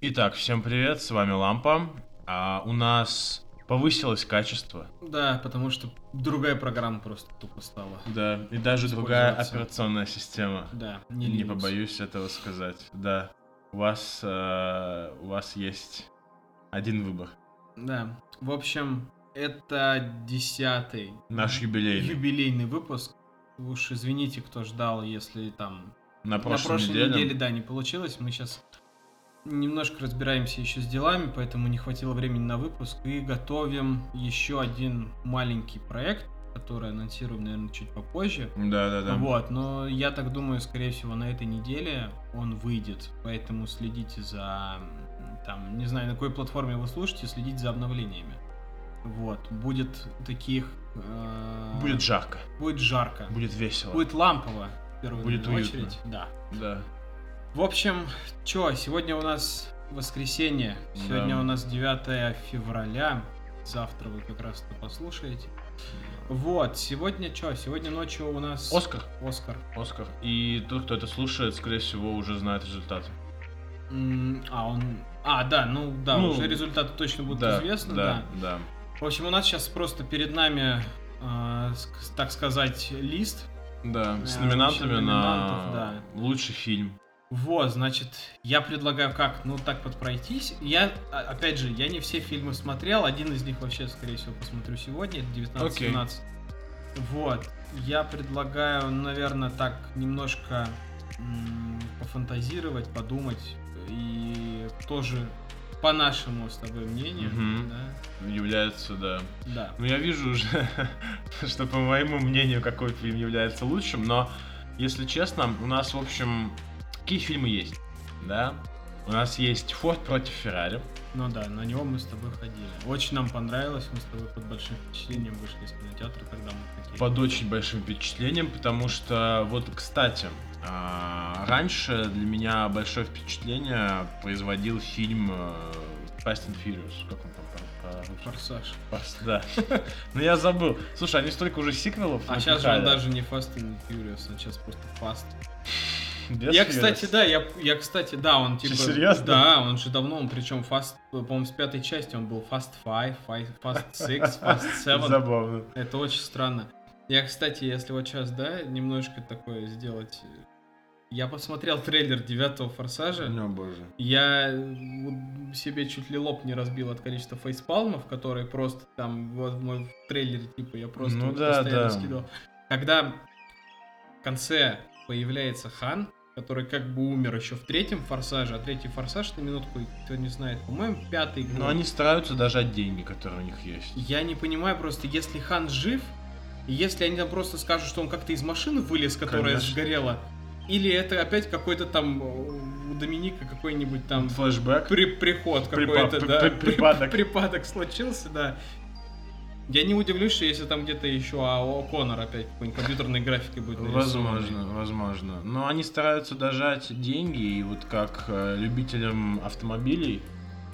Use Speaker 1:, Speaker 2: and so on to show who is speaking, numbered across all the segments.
Speaker 1: Итак, всем привет, с вами Лампа. А у нас повысилось качество.
Speaker 2: Да, потому что другая программа просто тупо стала.
Speaker 1: Да, и даже другая
Speaker 2: Использоваться.
Speaker 1: операционная система.
Speaker 2: Да,
Speaker 1: Не,
Speaker 2: не, Linux.
Speaker 1: побоюсь этого сказать. Да, у вас, э, у вас есть один выбор.
Speaker 2: Да. В общем, это десятый
Speaker 1: Наш юбилейный.
Speaker 2: юбилейный выпуск. Уж извините, кто ждал, если там
Speaker 1: На
Speaker 2: на
Speaker 1: прошлой,
Speaker 2: прошлой
Speaker 1: неделе.
Speaker 2: неделе, да, не получилось. Мы сейчас немножко разбираемся еще с делами, поэтому не хватило времени на выпуск. И готовим еще один маленький проект, который анонсируем, наверное, чуть попозже.
Speaker 1: Да, да, да.
Speaker 2: Вот, но я так думаю, скорее всего, на этой неделе он выйдет, поэтому следите за, м, там, не знаю, на какой платформе вы слушаете, следите за обновлениями. Вот, будет таких... э,
Speaker 1: Будет жарко,
Speaker 2: будет жарко.
Speaker 1: будет весело.
Speaker 2: Будет лампово, в первую
Speaker 1: Будет
Speaker 2: наверное,
Speaker 1: уютно.
Speaker 2: очередь. Да.
Speaker 1: Да.
Speaker 2: В общем, чё, сегодня у нас воскресенье, сегодня
Speaker 1: Да.
Speaker 2: у нас 9 февраля, завтра вы как раз это послушаете. Вот, сегодня чё, сегодня ночью у нас...
Speaker 1: Оскар.
Speaker 2: Оскар.
Speaker 1: Оскар. И тот, кто это слушает, скорее всего, уже знает результаты.
Speaker 2: М, А, он... А, да, ну да,
Speaker 1: Ну,
Speaker 2: уже результаты точно будут
Speaker 1: да,
Speaker 2: известны, да.
Speaker 1: да, да.
Speaker 2: В общем, у нас сейчас просто перед нами, э, ск- так сказать, лист.
Speaker 1: Да, с
Speaker 2: Да,
Speaker 1: номинантами на
Speaker 2: вообще, Э, номинантов,
Speaker 1: лучший фильм.
Speaker 2: Вот, значит, я предлагаю как, ну так вот пройтись. Я, а- опять же, я не все фильмы смотрел, один из них вообще, скорее всего, посмотрю сегодня, это 19-17. Вот, я предлагаю, наверное, так немножко м, пофантазировать, подумать и тоже по нашему с тобой мнению,
Speaker 1: Мгм.
Speaker 2: да,
Speaker 1: Является, да.
Speaker 2: Да.
Speaker 1: Ну, я вижу уже, что, по моему мнению, какой фильм является лучшим, но, если честно, у нас, в общем, какие фильмы есть, да? У нас есть «Форд против Феррари»,
Speaker 2: Ну да, на него мы с тобой ходили. Очень нам понравилось, мы с тобой под большим впечатлением вышли из кинотеатра, когда мы такие.
Speaker 1: под очень большим впечатлением, потому что, вот, кстати, а, раньше для меня большое впечатление производил фильм э, Fast and Furious, как он там по- по-русски?
Speaker 2: Форсаж.
Speaker 1: Фас- Да. Ну я забыл. Слушай, они столько уже сиквелов.
Speaker 2: А сейчас же он
Speaker 1: напихали.
Speaker 2: даже не Fast and Furious, он сейчас просто Fast.
Speaker 1: Без
Speaker 2: Я,
Speaker 1: Фьюрис.
Speaker 2: кстати, да, я, я, кстати, да, он типа...
Speaker 1: серьезно?
Speaker 2: Да, он же давно, он причем Fast, по-моему, с пятой части он был Fast Five, Fi- Fast Six, Fast Seven.
Speaker 1: Забавно.
Speaker 2: Это очень странно. Я, кстати, если вот сейчас, да, немножко такое сделать... э, Я посмотрел трейлер девятого Форсажа.
Speaker 1: Ну, боже.
Speaker 2: Я м, себе чуть ли лоб не разбил от количества фейспалмов, которые просто там вот в мой трейлере, типа, я просто
Speaker 1: Ну
Speaker 2: вот
Speaker 1: да,
Speaker 2: постоянно
Speaker 1: да.
Speaker 2: скидывал. Когда в конце появляется Хан, который как бы умер еще в третьем форсаже, а третий форсаж, на минутку, кто не знает, по-моему, пятый год.
Speaker 1: Но они стараются дожать деньги, которые у них есть.
Speaker 2: Я не понимаю просто, если Хан жив, и если они там просто скажут, что он как-то из машины вылез, которая
Speaker 1: Конечно.
Speaker 2: сгорела, или это опять какой-то там э, у Доминика какой-нибудь там
Speaker 1: Флэшбэк.
Speaker 2: при- приход
Speaker 1: Припа-
Speaker 2: какой-то,
Speaker 1: при-
Speaker 2: да.
Speaker 1: при- припадок.
Speaker 2: Припадок случился, да. Я не удивлюсь, что если там где-то еще АО Конор опять какой-нибудь компьютерной графикой будет нарисован.
Speaker 1: Возможно, возможно. Но они стараются дожать деньги, и вот как э, любителям автомобилей,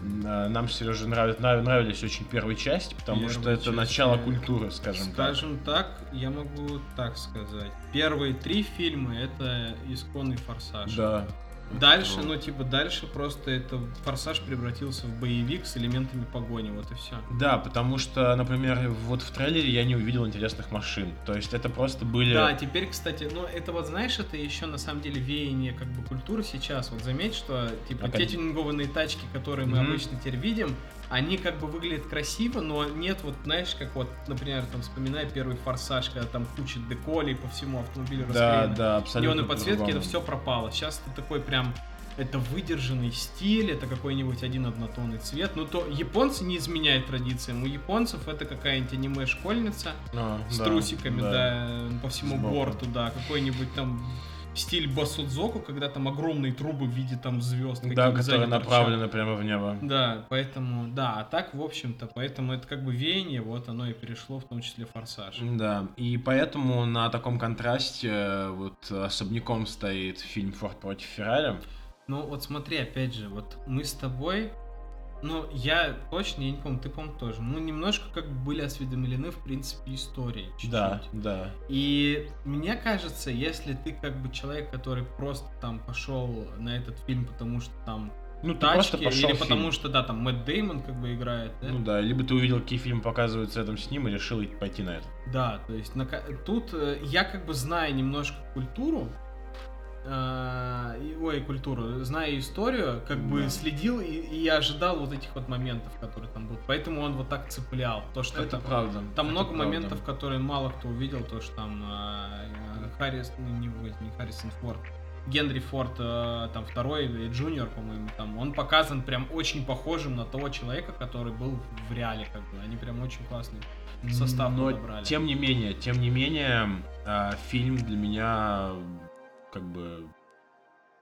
Speaker 1: м, э, нам, Сережа, нравились очень первые части, потому
Speaker 2: Первые
Speaker 1: что это
Speaker 2: части,
Speaker 1: начало
Speaker 2: э,
Speaker 1: культуры, скажем,
Speaker 2: Скажем так, я могу так сказать. Первые три фильма это исконный
Speaker 1: так.
Speaker 2: форсаж.
Speaker 1: Да.
Speaker 2: Дальше,
Speaker 1: Вот.
Speaker 2: ну типа дальше просто это форсаж превратился в боевик с элементами погони, вот и все.
Speaker 1: Да, потому что, например, вот в трейлере я не увидел интересных машин. То есть это просто были...
Speaker 2: Да, теперь, кстати, ну это вот знаешь, это еще на самом деле веяние как бы культуры сейчас. Вот заметь, что типа
Speaker 1: Опять.
Speaker 2: те тюнингованные тачки, которые мы
Speaker 1: Мгм.
Speaker 2: обычно теперь видим, они как бы выглядят красиво, но нет вот, знаешь, как вот, например, там вспоминай первый форсаж, когда там куча деколей по всему автомобилю
Speaker 1: да,
Speaker 2: расклеена.
Speaker 1: да, абсолютно.
Speaker 2: Неоны подсветки, это
Speaker 1: по-другому.
Speaker 2: все пропало. Сейчас ты такой прям это выдержанный стиль, это какой-нибудь один однотонный цвет. Ну то японцы не изменяют традициям. У японцев это какая-нибудь аниме-школьница,
Speaker 1: А,
Speaker 2: с
Speaker 1: да,
Speaker 2: трусиками, да, по всему
Speaker 1: Сбоку.
Speaker 2: борту, да, какой-нибудь там стиль басудзоку, когда там огромные трубы в виде там звезд.
Speaker 1: Да,
Speaker 2: какие-то сзади
Speaker 1: которые
Speaker 2: торчат.
Speaker 1: направлены прямо в небо.
Speaker 2: Да, поэтому, да, а так, в общем-то, поэтому это как бы веяние, вот оно и перешло, в том числе в форсаж.
Speaker 1: Да, и поэтому на таком контрасте э, вот особняком стоит фильм «Форд против Феррари».
Speaker 2: Ну вот смотри, опять же, вот мы с тобой, ну я точно, я не помню, ты, по-моему, тоже, мы немножко как бы были осведомлены, в принципе, историей чуть-чуть.
Speaker 1: Да, да.
Speaker 2: И мне кажется, если ты как бы человек, который просто там пошел на этот фильм, потому что там
Speaker 1: Ну, ты просто
Speaker 2: тачки, или
Speaker 1: пошел в
Speaker 2: потому
Speaker 1: фильм.
Speaker 2: что, да, там Мэтт Деймон как бы играет, да?
Speaker 1: Ну да, либо ты увидел, какие фильмы показываются рядом с ним и решил и пойти на это.
Speaker 2: Да, то есть на ка- тут э, я как бы знаю немножко культуру, э, и- ой, культуру, знаю историю, как бы
Speaker 1: Да.
Speaker 2: следил и, и я ожидал вот этих вот моментов, которые там будут. Поэтому он вот так цеплял. То, что
Speaker 1: Это
Speaker 2: там,
Speaker 1: правда.
Speaker 2: там
Speaker 1: это
Speaker 2: много
Speaker 1: правда.
Speaker 2: моментов, которые мало кто увидел, то, что там э, э, Харрис, ну, не, вроде не Харрисон Форд, Генри Форд, э, там второй, э, Джуниор, по-моему, там, он показан прям очень похожим на того человека, который был в реале, как бы. Они прям очень классные состав
Speaker 1: Но
Speaker 2: подобрали.
Speaker 1: тем не менее, тем не менее, а, фильм для меня как бы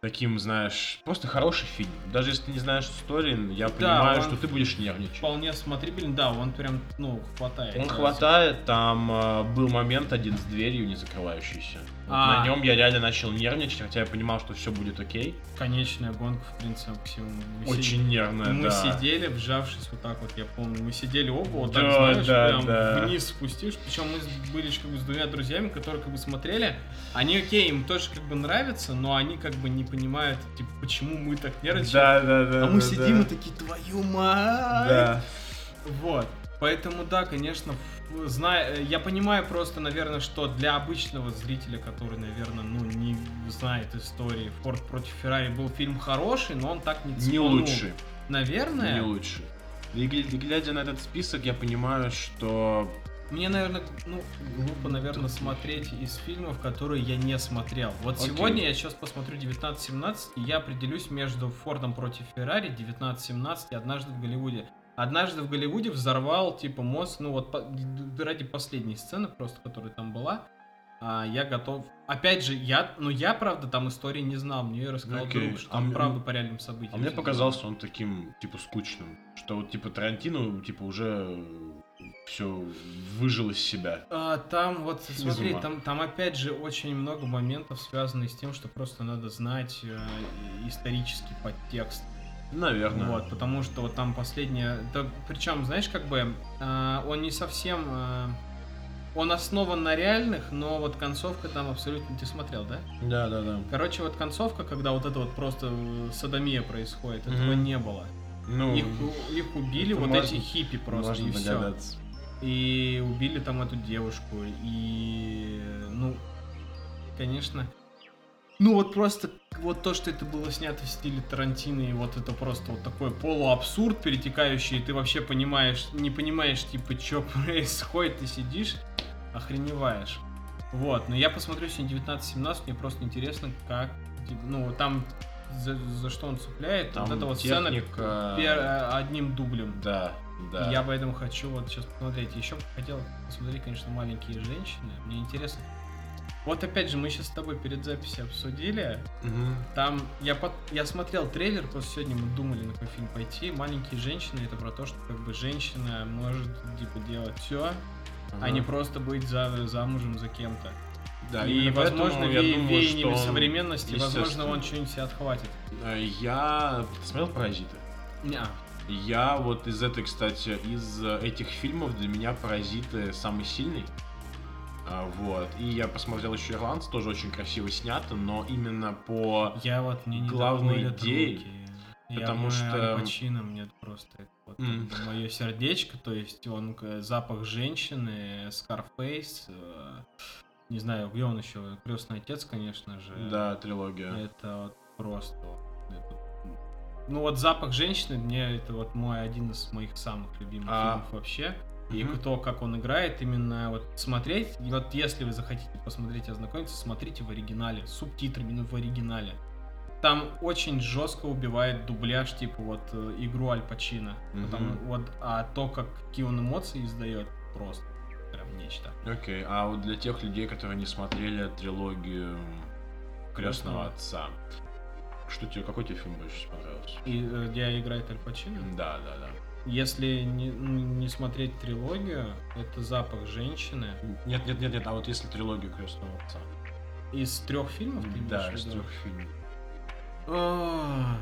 Speaker 1: таким, знаешь, просто хороший фильм. Даже если ты не знаешь истории, я понимаю,
Speaker 2: он-
Speaker 1: что ты будешь нервничать.
Speaker 2: вполне смотрибельный, да, он прям, ну, хватает.
Speaker 1: Он
Speaker 2: Да,
Speaker 1: хватает, там э, был момент один с дверью не закрывающейся. Вот
Speaker 2: А.
Speaker 1: На нем я реально начал нервничать, хотя я понимал, что все будет окей.
Speaker 2: Конечная гонка, в принципе, к всему. Мы си-
Speaker 1: Очень нервная,
Speaker 2: Мы
Speaker 1: да.
Speaker 2: сидели, вжавшись вот так вот, я помню, мы сидели оба, вот
Speaker 1: Да,
Speaker 2: так, знаешь,
Speaker 1: да,
Speaker 2: прям
Speaker 1: да.
Speaker 2: вниз спустишь. Причем мы с- были ж как бы с двумя друзьями, которые как бы смотрели. Они, окей, им тоже как бы нравится, но они как бы не понимают, типа, почему мы так нервничаем.
Speaker 1: Да, да, да.
Speaker 2: а мы
Speaker 1: да,
Speaker 2: сидим и
Speaker 1: да.
Speaker 2: такие, твою мать!
Speaker 1: Да.
Speaker 2: Вот. Поэтому, да, конечно, ф- зная, я понимаю просто, наверное, что для обычного зрителя, который, наверное, ну, не знает истории, Форд против Феррари был фильм хороший, но он так не
Speaker 1: Не
Speaker 2: цепанул.
Speaker 1: лучше.
Speaker 2: Наверное.
Speaker 1: Не лучше. И гля- глядя на этот список, я понимаю, что
Speaker 2: Мне, наверное, ну, глупо, наверное, смотреть из фильмов, которые я не смотрел. Вот
Speaker 1: Окей.
Speaker 2: сегодня я сейчас посмотрю 1917, и я определюсь между Фордом против Феррари, 1917 и однажды в Голливуде. Однажды в Голливуде взорвал, типа, мозг, ну вот по- д- ради последней сцены просто, которая там была, а, я готов. Опять же, я, ну я, правда, там истории не знал, мне ее рассказал
Speaker 1: Окей.
Speaker 2: друг, что
Speaker 1: А
Speaker 2: там,
Speaker 1: мне-
Speaker 2: правда, по реальным событиям.
Speaker 1: А мне
Speaker 2: всё
Speaker 1: показался он таким, типа, скучным. Что вот, типа, Тарантино, типа, уже все выжил из себя.
Speaker 2: А, там вот,
Speaker 1: Из
Speaker 2: смотри,
Speaker 1: ума.
Speaker 2: там, там опять же очень много моментов, связанных с тем, что просто надо знать э, и- исторический подтекст.
Speaker 1: Наверное.
Speaker 2: Вот, потому что вот там последняя... причем, знаешь, как бы э, он не совсем... э, он основан на реальных, но вот концовка там абсолютно... Ты смотрел, да?
Speaker 1: Да, да, да.
Speaker 2: Короче, вот концовка, когда вот это вот просто э, садомия происходит, этого
Speaker 1: Мгм.
Speaker 2: не было.
Speaker 1: Ну,
Speaker 2: Их, у- их убили
Speaker 1: это
Speaker 2: вот
Speaker 1: можно-
Speaker 2: эти хиппи просто,
Speaker 1: можно
Speaker 2: и все.
Speaker 1: догадаться.
Speaker 2: И убили там эту девушку. И, ну, конечно. Ну вот просто вот то, что это было снято в стиле Тарантино, и вот это просто вот такой полуабсурд перетекающий, и ты вообще понимаешь, не понимаешь, типа, что происходит, ты сидишь, охреневаешь. Вот, но я посмотрю сегодня 19-17, мне просто интересно, как, типа, ну, там за, за что он цепляет,
Speaker 1: Там
Speaker 2: вот эта вот
Speaker 1: техника.
Speaker 2: сцена пер- одним дублем.
Speaker 1: Да, да.
Speaker 2: Я поэтому хочу вот сейчас посмотреть. Еще хотел посмотреть, конечно, маленькие женщины. Мне интересно. Вот опять же, мы сейчас с тобой перед записью обсудили.
Speaker 1: Мгм.
Speaker 2: Там я, под- я смотрел трейлер, просто сегодня мы думали, на какой фильм пойти. Маленькие женщины это про то, что как бы женщина может типа делать все, а
Speaker 1: Ага.
Speaker 2: не просто быть за... замужем за кем-то.
Speaker 1: Да,
Speaker 2: И,
Speaker 1: именно поэтому
Speaker 2: возможно,
Speaker 1: я
Speaker 2: ве-
Speaker 1: думаю,
Speaker 2: веяниями
Speaker 1: что он-
Speaker 2: современности, возможно,
Speaker 1: естественно.
Speaker 2: он что-нибудь себе отхватит.
Speaker 1: Э, Я... Ты смотрел «Паразиты»?
Speaker 2: Неа.
Speaker 1: Я вот из этой, кстати, из э, этих фильмов для меня «Паразиты» самый сильный. А, Вот. И я посмотрел еще «Ирландцы», тоже очень красиво снято, но именно по...
Speaker 2: Я вот мне не
Speaker 1: Главной
Speaker 2: доходят
Speaker 1: идеей,
Speaker 2: руки.
Speaker 1: потому
Speaker 2: я,
Speaker 1: что-
Speaker 2: Почина мне просто вот,
Speaker 1: М.
Speaker 2: мое сердечко, то есть он к- запах женщины, Скарфейс, э, не знаю, где он еще, крестный отец, конечно же.
Speaker 1: Да, трилогия.
Speaker 2: Это вот просто. вот, это- ну вот запах женщины мне это вот мой один из моих самых любимых
Speaker 1: А.
Speaker 2: фильмов вообще. И
Speaker 1: Мгм.
Speaker 2: то, как он играет, именно вот смотреть. И вот если вы захотите посмотреть и ознакомиться, смотрите в оригинале, с субтитрами ну, в оригинале. Там очень жестко убивает дубляж, типа вот э, игру Аль Пачино.
Speaker 1: Мгм.
Speaker 2: Потому- вот, а то, как, какие он эмоции издает, просто прям нечто.
Speaker 1: Окей, а вот для тех людей, которые не смотрели трилогию Крестного
Speaker 2: Крестного.
Speaker 1: отца, что тебе, какой тебе фильм больше всего понравился?
Speaker 2: И э, где играет Аль Пачино?
Speaker 1: Да, да, да.
Speaker 2: Если не, не смотреть трилогию, это запах женщины.
Speaker 1: Нет, нет, нет, нет, а вот если трилогию Крестного отца.
Speaker 2: Из трех фильмов ты имеешь
Speaker 1: Да,
Speaker 2: в
Speaker 1: из
Speaker 2: виду?
Speaker 1: трех фильмов.
Speaker 2: А,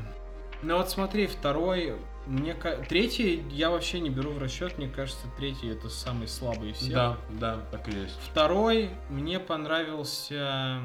Speaker 2: Ну вот смотри, второй. Мне ка- третий я вообще не беру в расчет. Мне кажется, третий это самый слабый из всех.
Speaker 1: Да, да, так и есть.
Speaker 2: Второй мне понравился.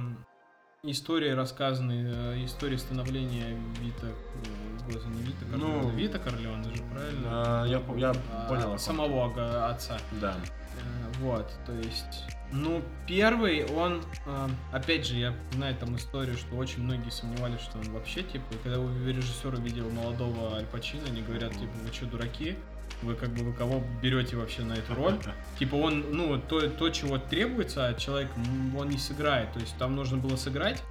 Speaker 2: истории рассказаны, э, истории становления Вита, э, Гоза не Вита, Корлеона.
Speaker 1: Ну,
Speaker 2: Вита Корлеона же, правильно?
Speaker 1: А, я, по- я
Speaker 2: А,
Speaker 1: понял. о ком.
Speaker 2: Самого га- отца.
Speaker 1: Да.
Speaker 2: Э, Вот, то есть... Ну, первый, он... э, Опять же, я знаю там историю, что очень многие сомневались, что он вообще, типа... и Когда у режиссера видел молодого Аль Пачино, они говорят, типа, вы что, дураки? Вы как бы, вы кого берете вообще на эту роль? Типа он, ну, то, то, чего требуется от человека, м, он не сыграет. То есть там нужно было сыграть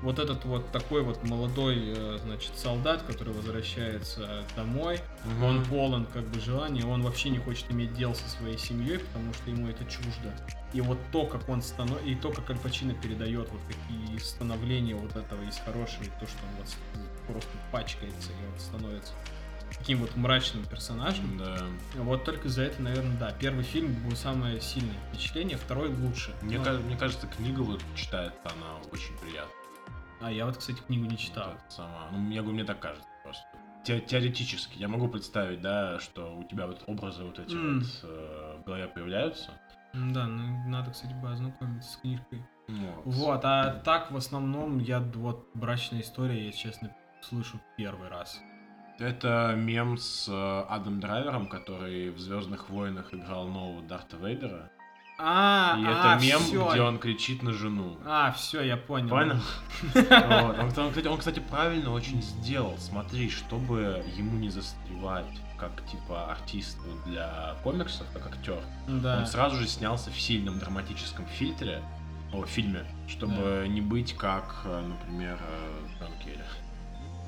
Speaker 2: вот этот вот такой вот молодой, э, значит, солдат, который возвращается домой. Он полон как бы желаний, он вообще не хочет иметь дел со своей семьей, потому что ему это чуждо. И вот то, как он становится, и то, как Аль Пачино передает вот такие становления вот этого из хорошего, и то, что он вот просто пачкается и вот становится таким вот мрачным персонажем.
Speaker 1: Да.
Speaker 2: Вот только за это, наверное, да. Первый фильм был самое сильное впечатление, второй лучше.
Speaker 1: Мне,
Speaker 2: Ну,
Speaker 1: ка- мне кажется, книга вот читает, она очень приятна.
Speaker 2: А я вот, кстати, книгу не читал.
Speaker 1: Вот Сама. Ну, я говорю, мне так кажется просто. Те- теоретически. Я могу представить, да, что у тебя вот образы вот эти
Speaker 2: М.
Speaker 1: вот э, в голове появляются.
Speaker 2: М, Да, ну надо, кстати, бы ознакомиться с книжкой.
Speaker 1: Вот.
Speaker 2: Вот, а так в основном я д- вот брачная история, если честно, слышу первый раз.
Speaker 1: Это мем с э, Адом Драйвером, который в Звездных войнах играл нового Дарта Вейдера.
Speaker 2: А,
Speaker 1: И
Speaker 2: а,
Speaker 1: это мем,
Speaker 2: всё.
Speaker 1: где он кричит на жену.
Speaker 2: А, все, я понял.
Speaker 1: Понял? Вот. Он, он, кстати, он, кстати, правильно очень сделал. Смотри, чтобы ему не застревать как типа артисту для комиксов, как актер,
Speaker 2: Да.
Speaker 1: он сразу же снялся в сильном драматическом фильтре, о, фильме, чтобы не быть как, э, например, э, Джон Керри,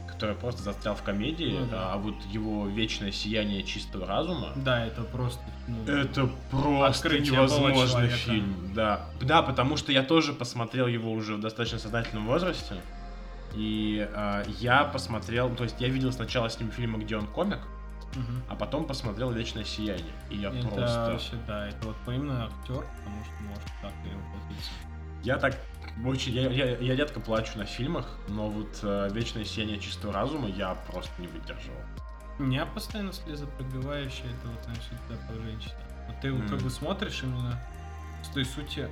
Speaker 1: который просто застрял в комедии,
Speaker 2: Ну да.
Speaker 1: а вот его вечное сияние чистого разума,
Speaker 2: Да, это просто. ну,
Speaker 1: это просто
Speaker 2: Открытие было
Speaker 1: невозможный
Speaker 2: человека.
Speaker 1: фильм. Да. да, потому что я тоже посмотрел его уже в достаточно сознательном возрасте. И э, я посмотрел, то есть я видел сначала с ним фильмы, где он комик,
Speaker 2: мгм.
Speaker 1: а потом посмотрел Вечное сияние. И я
Speaker 2: Это
Speaker 1: просто.
Speaker 2: вообще, да, это вот поименно актер, потому что может так и воплотиться.
Speaker 1: Я так очень. Я, я- я редко плачу на фильмах, но вот э, Вечное сияние чистого разума я просто не выдерживал.
Speaker 2: У меня постоянно слезы пробивающие, это вот, знаешь, это по женщине. Вот ты вот как
Speaker 1: Мгм.
Speaker 2: бы смотришь именно с той сути.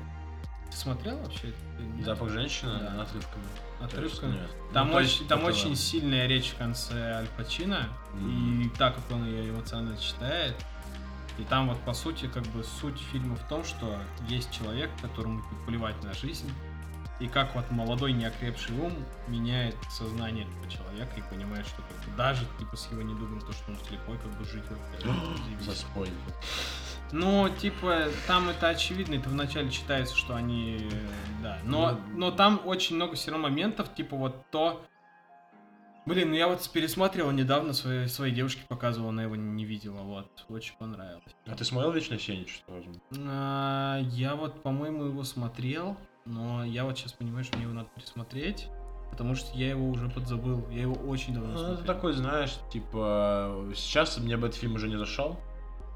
Speaker 2: Ты смотрел вообще? это или нет?
Speaker 1: Запах женщины
Speaker 2: Да.
Speaker 1: на отрывками.
Speaker 2: Отрывками?
Speaker 1: То есть нет.
Speaker 2: Там,
Speaker 1: Ну, то есть
Speaker 2: очень, там
Speaker 1: этого-
Speaker 2: очень сильная речь в конце Аль Пачино,
Speaker 1: Мгм.
Speaker 2: и так как он ее эмоционально читает, и там вот по сути как бы суть фильма в том, что есть человек, которому типа, плевать на жизнь, и как вот молодой неокрепший ум меняет сознание этого человека и понимает, что как бы даже типа с его недугом, то, что он слепой, как бы жить вообще. заебись.
Speaker 1: Заспойлил.
Speaker 2: Ну, типа, там это очевидно, это вначале читается, что они, э, да. Но,
Speaker 1: Ну,
Speaker 2: но там очень много все равно моментов, типа вот то... Блин, ну я вот пересматривал недавно, своей, своей девушке показывал, она его не видела, вот, очень понравилось.
Speaker 1: А ты смотрел Вечное сияние чистого разума?
Speaker 2: А, я вот, по-моему, его смотрел, но я вот сейчас понимаю, что мне его надо пересмотреть, потому что я его уже подзабыл, я его очень давно
Speaker 1: Ну, это
Speaker 2: смотрел.
Speaker 1: такой, знаешь, типа, сейчас мне бы этот фильм уже не зашел.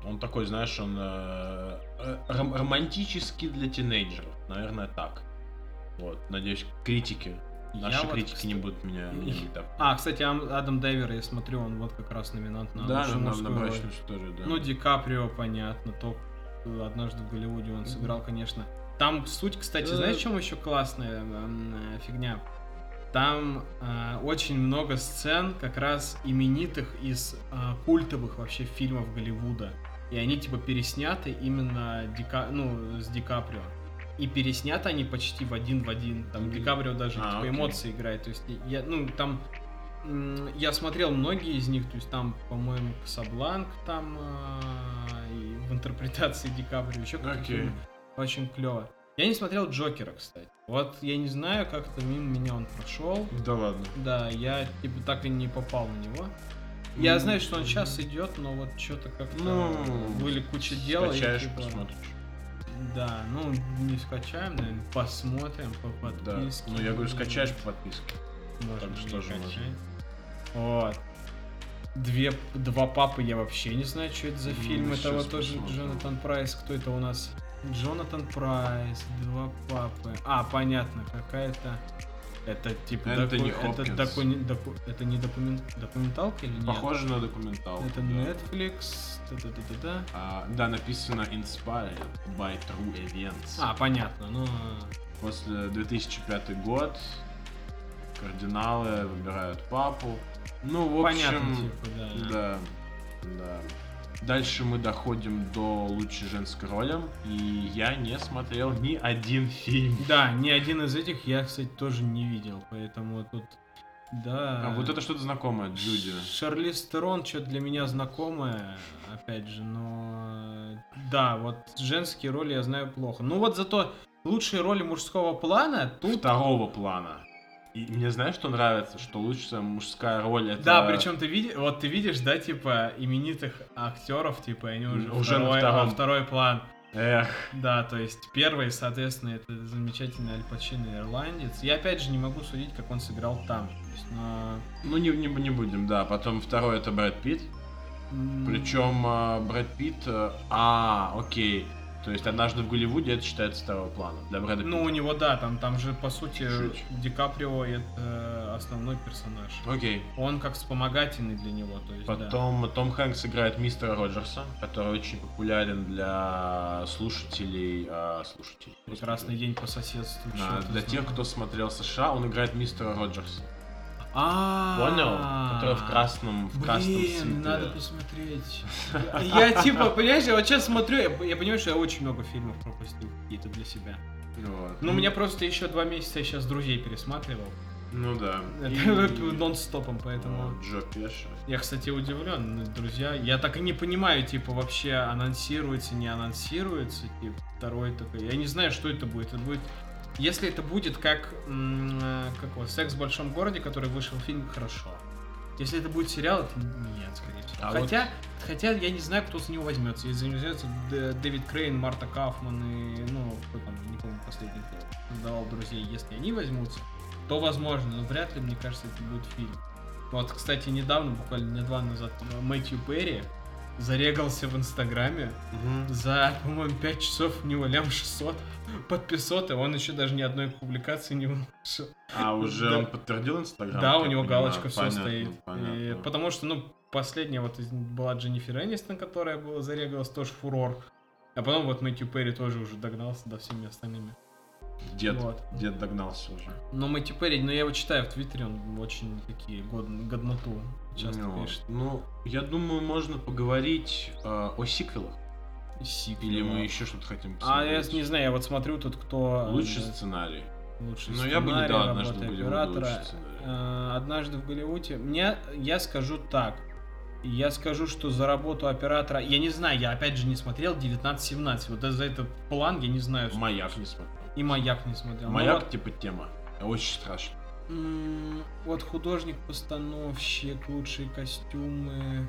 Speaker 1: Он такой, знаешь, он э, э, ром- романтический для тинейджеров, наверное, так. Вот, надеюсь, критики,
Speaker 2: Я
Speaker 1: наши
Speaker 2: вот,
Speaker 1: критики не будут меня, меня
Speaker 2: Их-
Speaker 1: так.
Speaker 2: А, кстати, Ам- Адам Дайвер, я смотрю, он вот как раз номинант на
Speaker 1: да,
Speaker 2: лучшую
Speaker 1: на, на- на
Speaker 2: мужскую роль.
Speaker 1: брачную историю, да.
Speaker 2: Ну, Ди Каприо, понятно, то э, однажды в Голливуде он
Speaker 1: Мгм.
Speaker 2: сыграл, конечно. Там суть, кстати,
Speaker 1: Э.
Speaker 2: знаешь, в чем еще классная м, э, фигня? Там э, очень много сцен как раз именитых из э, культовых вообще фильмов Голливуда. И они типа пересняты именно Ди Ка- ну, с Ди Каприо. И пересняты они почти в один в один. Там Ди Каприо даже
Speaker 1: А,
Speaker 2: типа,
Speaker 1: окей.
Speaker 2: эмоции играет. То есть я, ну, там м, я смотрел многие из них, то есть там, по-моему, Касабланк там э, и в интерпретации Ди Каприо, еще какие-то
Speaker 1: Окей.
Speaker 2: фильмы. Очень клево. Я не смотрел Джокера, кстати. Вот я не знаю, как-то мимо меня он прошел.
Speaker 1: Да ладно.
Speaker 2: Да, я типа так и не попал на него. Я знаю, что он сейчас идет, но вот что-то как-то
Speaker 1: Ну,
Speaker 2: были куча дел. и,
Speaker 1: Скачаешь,
Speaker 2: типа,
Speaker 1: посмотришь.
Speaker 2: Да, ну не скачаем, наверное, посмотрим по подписке.
Speaker 1: Да. Ну, я говорю, скачаешь по подписке.
Speaker 2: Может,
Speaker 1: Так
Speaker 2: мне
Speaker 1: что же
Speaker 2: качать.
Speaker 1: можно.
Speaker 2: Вот. Две, два папы я вообще не знаю, что это за
Speaker 1: Ну,
Speaker 2: фильм. Это
Speaker 1: щас
Speaker 2: вот тоже
Speaker 1: посмотрим.
Speaker 2: Джонатан Прайс. Кто это у нас? Джонатан Прайс, два папы. А, понятно, какая-то... Это типа...
Speaker 1: Энтони
Speaker 2: это,
Speaker 1: Хопкинс.
Speaker 2: докуни- доку- это не докумен- документалка или нет?
Speaker 1: Похоже на документалку.
Speaker 2: Это
Speaker 1: да.
Speaker 2: Netflix. Да-да-да-да.
Speaker 1: А, да, написано Inspired by True Events.
Speaker 2: А, понятно. Ну,
Speaker 1: После 2005 год кардиналы выбирают папу. Ну, в общем,
Speaker 2: Понятно, типа, да.
Speaker 1: да, да. Дальше мы доходим до лучшей женской роли, и я не смотрел ни один фильм.
Speaker 2: Да, ни один из этих я, кстати, тоже не видел, поэтому тут... Да.
Speaker 1: А вот это что-то знакомое, Джуди.
Speaker 2: Шарли Стерон, что-то для меня знакомое, опять же, но... Да, вот женские роли я знаю плохо. Ну вот зато лучшие роли мужского плана тут...
Speaker 1: Второго плана. И мне знаешь, что нравится? Что лучшая мужская роль это...
Speaker 2: Да, причем ты видишь, вот ты видишь, да, типа именитых актеров, типа они уже,
Speaker 1: Уже на
Speaker 2: второй,
Speaker 1: втором.
Speaker 2: второй план.
Speaker 1: Эх,
Speaker 2: Да, то есть первый, соответственно, это замечательный Аль Пачино ирландец. Я опять же не могу судить, как он сыграл там. То есть, но...
Speaker 1: ну не, не, не будем, да. Потом второй это Брэд Питт.
Speaker 2: м,
Speaker 1: Причем э, Брэд Питт... э, А, окей. То есть однажды в Голливуде это считается второго плана. Для Брэда
Speaker 2: Ну, у него, да, там, там же, по сути,
Speaker 1: Чуть.
Speaker 2: Ди Каприо это э, основной персонаж.
Speaker 1: Питта. Окей.
Speaker 2: Он как вспомогательный для него, то есть, да.
Speaker 1: Потом э, Том Хэнкс играет мистера Роджерса, который очень популярен для слушателей... а, слушателей.
Speaker 2: Прекрасный день по соседству.
Speaker 1: Да,
Speaker 2: чё-то
Speaker 1: для
Speaker 2: знаком-
Speaker 1: тех, кто смотрел США, он играет мистера Роджерса.
Speaker 2: А,
Speaker 1: Понял? Который в красном, в красном свитере.
Speaker 2: Блин, надо посмотреть. Я я, типа, понимаешь, я вот сейчас смотрю, я я понимаю, что я очень много фильмов пропустил какие-то для себя.
Speaker 1: Вот.
Speaker 2: Ну, у меня просто еще два месяца я сейчас друзей пересматривал.
Speaker 1: Ну да.
Speaker 2: Это Нон-стопом, поэтому...
Speaker 1: Поэтому... Джо Пеши.
Speaker 2: Я, кстати, удивлен, друзья. Я так и не понимаю, типа, вообще анонсируется, не анонсируется. Типа, второй такой. Я не знаю, что это будет. Это будет... Если это будет как, м, э, как его, «Секс в большом городе», который вышел фильм, хорошо. Если это будет сериал, это нет, скорее всего.
Speaker 1: А вот-
Speaker 2: хотя, хотя я не знаю, кто за него возьмется. Если возьмется Д- Дэвид Крейн, Марта Кафман и, ну, кто там, не помню, последний, кто создавал «Друзей». Если они возьмутся, то возможно, но вряд ли, мне кажется, это будет фильм. Ну, Вот, кстати, недавно, буквально дня два назад, Мэтью Перри зарегался в Инстаграме. За, по-моему, 5 часов у него лям 600 подписоты. Он еще даже ни одной публикации не вышел.
Speaker 1: А уже
Speaker 2: Да.
Speaker 1: он подтвердил Инстаграм?
Speaker 2: да,
Speaker 1: я
Speaker 2: у него
Speaker 1: понимаю.
Speaker 2: галочка все
Speaker 1: Понятно,
Speaker 2: стоит. И
Speaker 1: понятно.
Speaker 2: потому что, ну, последняя вот из- была Дженнифер Энистон, которая была зарегалась, тоже фурор. А потом вот Мэтью Перри тоже уже догнался до всеми остальными.
Speaker 1: Дед,
Speaker 2: Вот.
Speaker 1: дед догнался уже.
Speaker 2: Но Мэтью Перри, ну я его читаю в Твиттере, он очень такие год, годноту часто
Speaker 1: Ну,
Speaker 2: пишет.
Speaker 1: ну, я думаю, можно поговорить э, о сиквелах.
Speaker 2: Сик
Speaker 1: Или
Speaker 2: его.
Speaker 1: мы еще что-то хотим
Speaker 2: А я
Speaker 1: посмотреть?
Speaker 2: не знаю, я вот смотрю тут, кто... э,
Speaker 1: Лучший сценарий.
Speaker 2: лучший
Speaker 1: Но ну, я бы не
Speaker 2: сценарий,
Speaker 1: дал однажды
Speaker 2: работа
Speaker 1: в Голливуде
Speaker 2: оператора.
Speaker 1: лучший сценарий.
Speaker 2: Э, Однажды в Голливуде. Мне, я скажу так. Я скажу, что за работу оператора... Я не знаю, я опять же не смотрел 19-17. Вот за этот план я не знаю.
Speaker 1: Маяк не смотрел.
Speaker 2: И «Маяк» не смотрел. Ну
Speaker 1: Маяк
Speaker 2: вот,
Speaker 1: типа тема. Очень страшно.
Speaker 2: м, вот художник-постановщик, лучшие костюмы...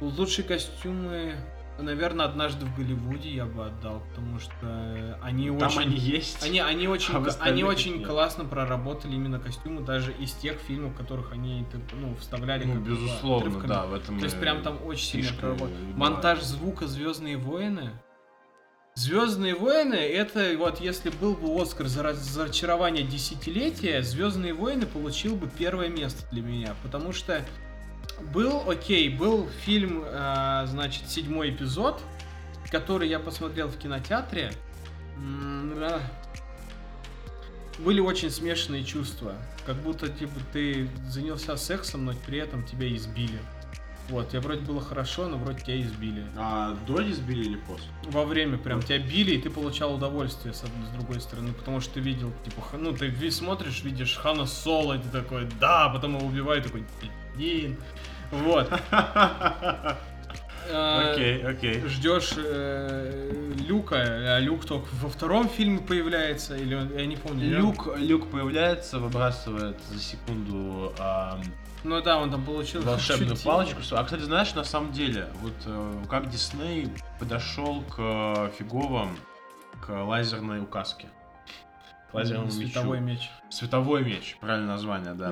Speaker 2: Лучшие костюмы... Наверное, однажды в Голливуде я бы отдал, потому что э, они
Speaker 1: Там
Speaker 2: очень...
Speaker 1: они есть.
Speaker 2: Они, они очень,
Speaker 1: А в
Speaker 2: они
Speaker 1: остальных их
Speaker 2: очень
Speaker 1: нет.
Speaker 2: классно проработали именно костюмы, даже из тех фильмов, в которых они это, ну, вставляли.
Speaker 1: Ну,
Speaker 2: как бы,
Speaker 1: безусловно,
Speaker 2: отрывками.
Speaker 1: да, в этом...
Speaker 2: То есть
Speaker 1: и-
Speaker 2: прям там очень сильно
Speaker 1: фишка
Speaker 2: проработали.
Speaker 1: и
Speaker 2: Монтаж
Speaker 1: бывает.
Speaker 2: звука Звездные войны. Звездные войны это вот если был бы Оскар за раз- за разочарование десятилетия, Звездные войны получил бы первое место для меня, потому что был, окей, был фильм, а, значит, седьмой эпизод, который я посмотрел в кинотеатре. М, да. Были очень смешанные чувства. Как будто типа ты занялся сексом, но при этом тебя избили. Вот, я вроде было хорошо, но вроде тебя избили.
Speaker 1: А до сбили или после?
Speaker 2: Во время прям тебя били, и ты получал удовольствие с, одной- с другой стороны, потому что ты видел, типа, х- ну, ты ви- смотришь, видишь Хана Соло, и ты такой, да, а потом его убивают, такой, блин. Вот. А, Э,
Speaker 1: Окей, окей.
Speaker 2: ждешь э, Люка, а Люк только во втором фильме появляется, или он, я не помню. или он-
Speaker 1: Люк, Люк появляется, выбрасывает за секунду ам,
Speaker 2: Ну да, он там получил
Speaker 1: волшебную
Speaker 2: чуть-чуть.
Speaker 1: палочку. А кстати, знаешь, на самом деле, вот э, как Дисней подошел к э, фиговым, к лазерной указке. К лазерному
Speaker 2: Световой
Speaker 1: мечу.
Speaker 2: меч. Ну,
Speaker 1: Световой меч, правильное название, да.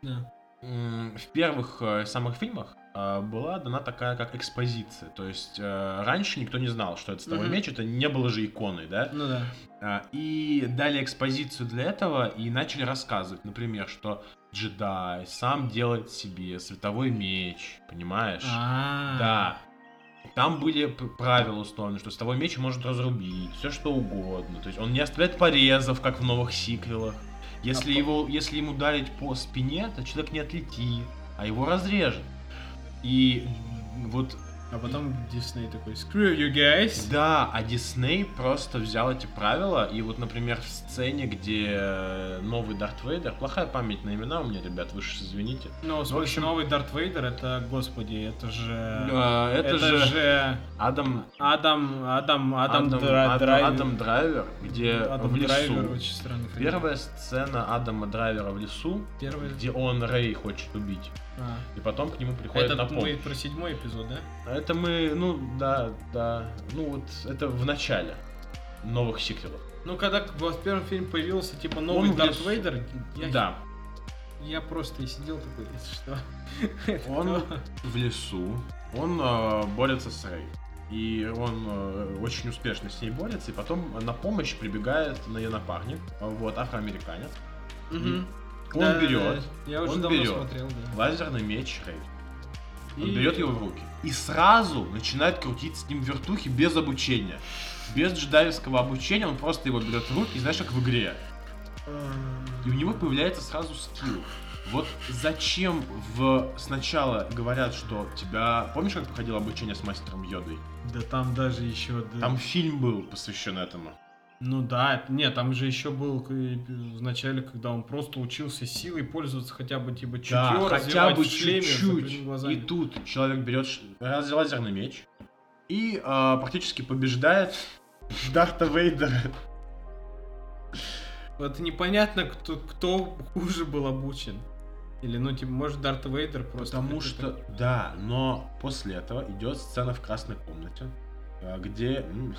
Speaker 2: Да.
Speaker 1: М, в первых э, самых фильмах э, была дана такая как экспозиция. То есть э, раньше никто не знал, что это световой
Speaker 2: Мгм.
Speaker 1: меч, это не было же иконой, да?
Speaker 2: Ну да.
Speaker 1: А, И дали экспозицию для этого и начали рассказывать, например, что джедай сам делает себе световой меч, понимаешь?
Speaker 2: А.
Speaker 1: Да. Там были п- правила установлены, что с меч может разрубить, все что угодно. То есть он не оставляет порезов, как в новых сиквелах. Если,
Speaker 2: А по-
Speaker 1: его, если ему ударить по спине, то человек не отлетит, а его разрежет. И вот,
Speaker 2: А потом Дисней такой, screw you guys.
Speaker 1: да, а Дисней просто взял эти правила, и вот, например, в сцене, где э, новый Дарт Вейдер, плохая память на имена у меня, ребят, вы же извините.
Speaker 2: Ну,
Speaker 1: в
Speaker 2: смотри,
Speaker 1: общем-
Speaker 2: новый Дарт Вейдер, это, господи, это же...
Speaker 1: Э, Это, же,
Speaker 2: же
Speaker 1: Адам,
Speaker 2: Адам, Адам, Адам,
Speaker 1: Адам,
Speaker 2: Дра-
Speaker 1: Адам-
Speaker 2: Драйвер.
Speaker 1: Адам Драйвер, где
Speaker 2: Адам
Speaker 1: в лесу.
Speaker 2: Драйвер, очень странный фильм.
Speaker 1: Первая сцена Адама Драйвера в лесу,
Speaker 2: Первый.
Speaker 1: где он Рэй хочет убить.
Speaker 2: А.
Speaker 1: И потом к нему приходит
Speaker 2: Это
Speaker 1: на помощь.
Speaker 2: мы про седьмой эпизод, да?
Speaker 1: А Это мы, ну, да, да. Ну вот, это в начале новых сиквелов.
Speaker 2: Ну, когда в первом фильме появился, типа, новый
Speaker 1: Он в
Speaker 2: Дарт
Speaker 1: лесу.
Speaker 2: Вейдер, я,
Speaker 1: Да.
Speaker 2: я просто и сидел такой, «Это что? Это
Speaker 1: Он-
Speaker 2: кто?»
Speaker 1: В лесу он э, борется с Рэй. И он э, очень успешно с ней борется, и потом на помощь прибегает на ее напарник, э, вот, афроамериканец.
Speaker 2: Мгм.
Speaker 1: Он
Speaker 2: Да,
Speaker 1: берет
Speaker 2: Я уже
Speaker 1: он
Speaker 2: давно
Speaker 1: берет.
Speaker 2: смотрел, да.
Speaker 1: лазерный меч Рэй. Он
Speaker 2: И-
Speaker 1: берет его в руки и сразу начинает крутить с ним вертухи без обучения. Без джедаевского обучения он просто его берет в руки, знаешь, как в игре.
Speaker 2: э,
Speaker 1: И у него появляется сразу скилл. Вот зачем в... сначала говорят, что тебя... Помнишь, как проходило обучение с мастером Йодой?
Speaker 2: Да там даже еще... да.
Speaker 1: Там фильм был посвящен этому.
Speaker 2: Ну да, нет, там же еще был к- э, в начале, когда он просто учился силой пользоваться хотя бы типа чутье,
Speaker 1: да, хотя
Speaker 2: развивать
Speaker 1: бы
Speaker 2: в шлеме, закрытыми
Speaker 1: чуть-чуть.
Speaker 2: глазами.
Speaker 1: И тут человек берет ш- раз- лазерный меч и а, практически побеждает Дарта Вейдера.
Speaker 2: Вот непонятно, кто, кто хуже был обучен. Или, ну, типа, может, Дарт Вейдер просто...
Speaker 1: Потому
Speaker 2: какой-то-
Speaker 1: что, да, но после этого идет сцена в красной комнате, а, где, м,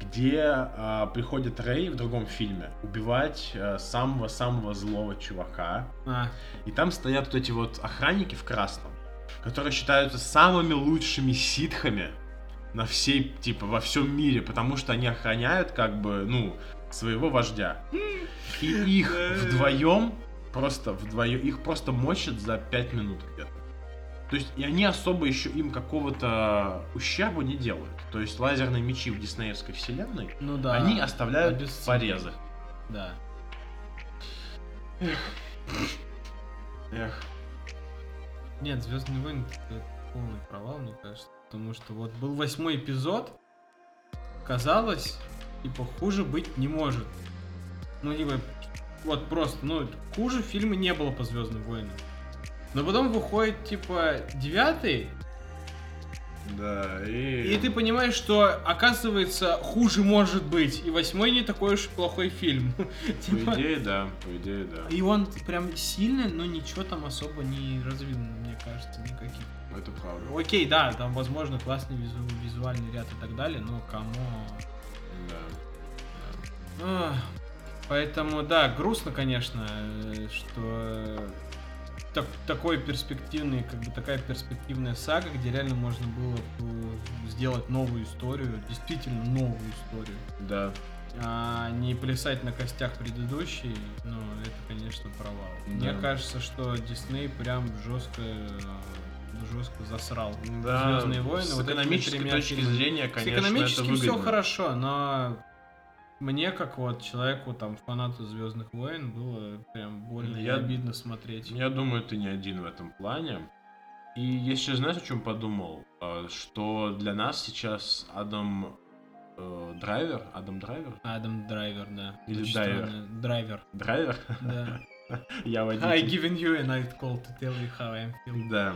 Speaker 1: где а, приходит Рэй в другом фильме убивать а, самого-самого злого чувака.
Speaker 2: А,
Speaker 1: И там стоят вот эти вот охранники в красном, которые считаются самыми лучшими ситхами на всей, типа, во всем мире, потому что они охраняют, как бы, ну, своего вождя. И их вдвоем, просто вдвоем, их просто мочат за 5 минут где-то. То есть, и они особо еще им какого-то ущерба не делают. То есть, лазерные мечи в диснеевской вселенной,
Speaker 2: ну да.
Speaker 1: они оставляют без
Speaker 2: обесценивают.
Speaker 1: порезы.
Speaker 2: Да.
Speaker 1: Эх,
Speaker 2: Нет, Звездные войны это полный провал, мне кажется. Потому что вот был восьмой эпизод, казалось, типа хуже быть не может. Ну, либо вот просто, ну, хуже фильма не было по Звездным войнам. Но потом выходит, типа, девятый,
Speaker 1: да, и...
Speaker 2: и ты понимаешь, что, оказывается, хуже может быть. И восьмой не такой уж и плохой фильм.
Speaker 1: По
Speaker 2: Типа,
Speaker 1: идее, да, по идее, да.
Speaker 2: И он прям сильный, но ничего там особо не развил, мне кажется, никаких.
Speaker 1: Это правда.
Speaker 2: Окей, да, там, возможно, классный визу- визуальный ряд и так далее, но кому... Ах, Поэтому, да, грустно, конечно, э, что так- такой перспективный, как бы такая перспективная сага, где реально можно было бы сделать новую историю, действительно новую историю,
Speaker 1: Да.
Speaker 2: а не плясать на костях предыдущей, ну, это, конечно, провал. Мне
Speaker 1: Да.
Speaker 2: кажется, что Дисней прям жестко э, жестко засрал
Speaker 1: Да.
Speaker 2: Звездные войны.
Speaker 1: С
Speaker 2: вот этими
Speaker 1: экономической
Speaker 2: тремя
Speaker 1: точки
Speaker 2: фильмами.
Speaker 1: зрения,
Speaker 2: С
Speaker 1: конечно, это
Speaker 2: экономически все
Speaker 1: выгодно.
Speaker 2: хорошо, но мне, как вот человеку, там, фанату Звездных войн, было прям больно
Speaker 1: Я-
Speaker 2: и обидно смотреть.
Speaker 1: Я думаю, ты не один в этом плане. И я сейчас, знаешь, о чем подумал? Э, Что для нас сейчас Адам э, Драйвер, Адам Драйвер,
Speaker 2: Адам Драйвер, да.
Speaker 1: Или
Speaker 2: Очень
Speaker 1: Дайвер.
Speaker 2: странно. Драйвер,
Speaker 1: Драйвер,
Speaker 2: да.
Speaker 1: я
Speaker 2: I
Speaker 1: водитель.
Speaker 2: given you a night call to tell you how I'm feeling.
Speaker 1: Да.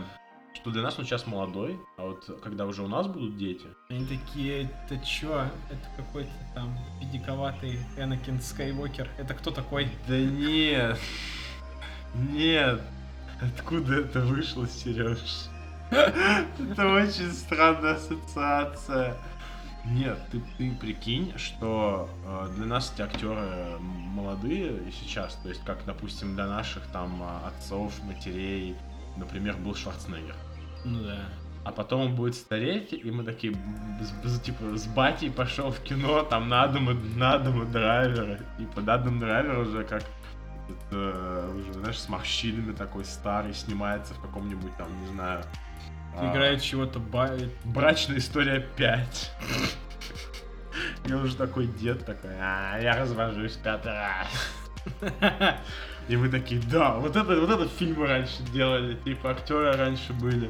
Speaker 1: Что для нас он сейчас молодой, а вот когда уже у нас будут дети,
Speaker 2: Они такие, это чё? Это какой-то там педиковатый Энакин Скайуокер. Это кто такой?
Speaker 1: Да нет. Нет. Откуда это вышло, Сереж? Это очень странная ассоциация. Нет, ты, ты прикинь, что э, для нас эти актеры э, молодые и сейчас, то есть как, допустим, для наших там э, отцов, матерей, например, был Шварценеггер.
Speaker 2: Ну да.
Speaker 1: А потом он будет стареть, и мы такие, б- с- с- типа, с батей пошел в кино, там, на Адама, на Адама Драйвера. Типа, на Адам Драйвер уже как, э, это, уже, знаешь, с морщинами такой старый, снимается в каком-нибудь, там, не знаю, А.
Speaker 2: играет чего-то ба...
Speaker 1: Брачная история 5. Я уже такой дед такой, а, я развожусь пятый раз. И мы такие, да, вот это, вот это фильмы раньше делали, типа актеры раньше были.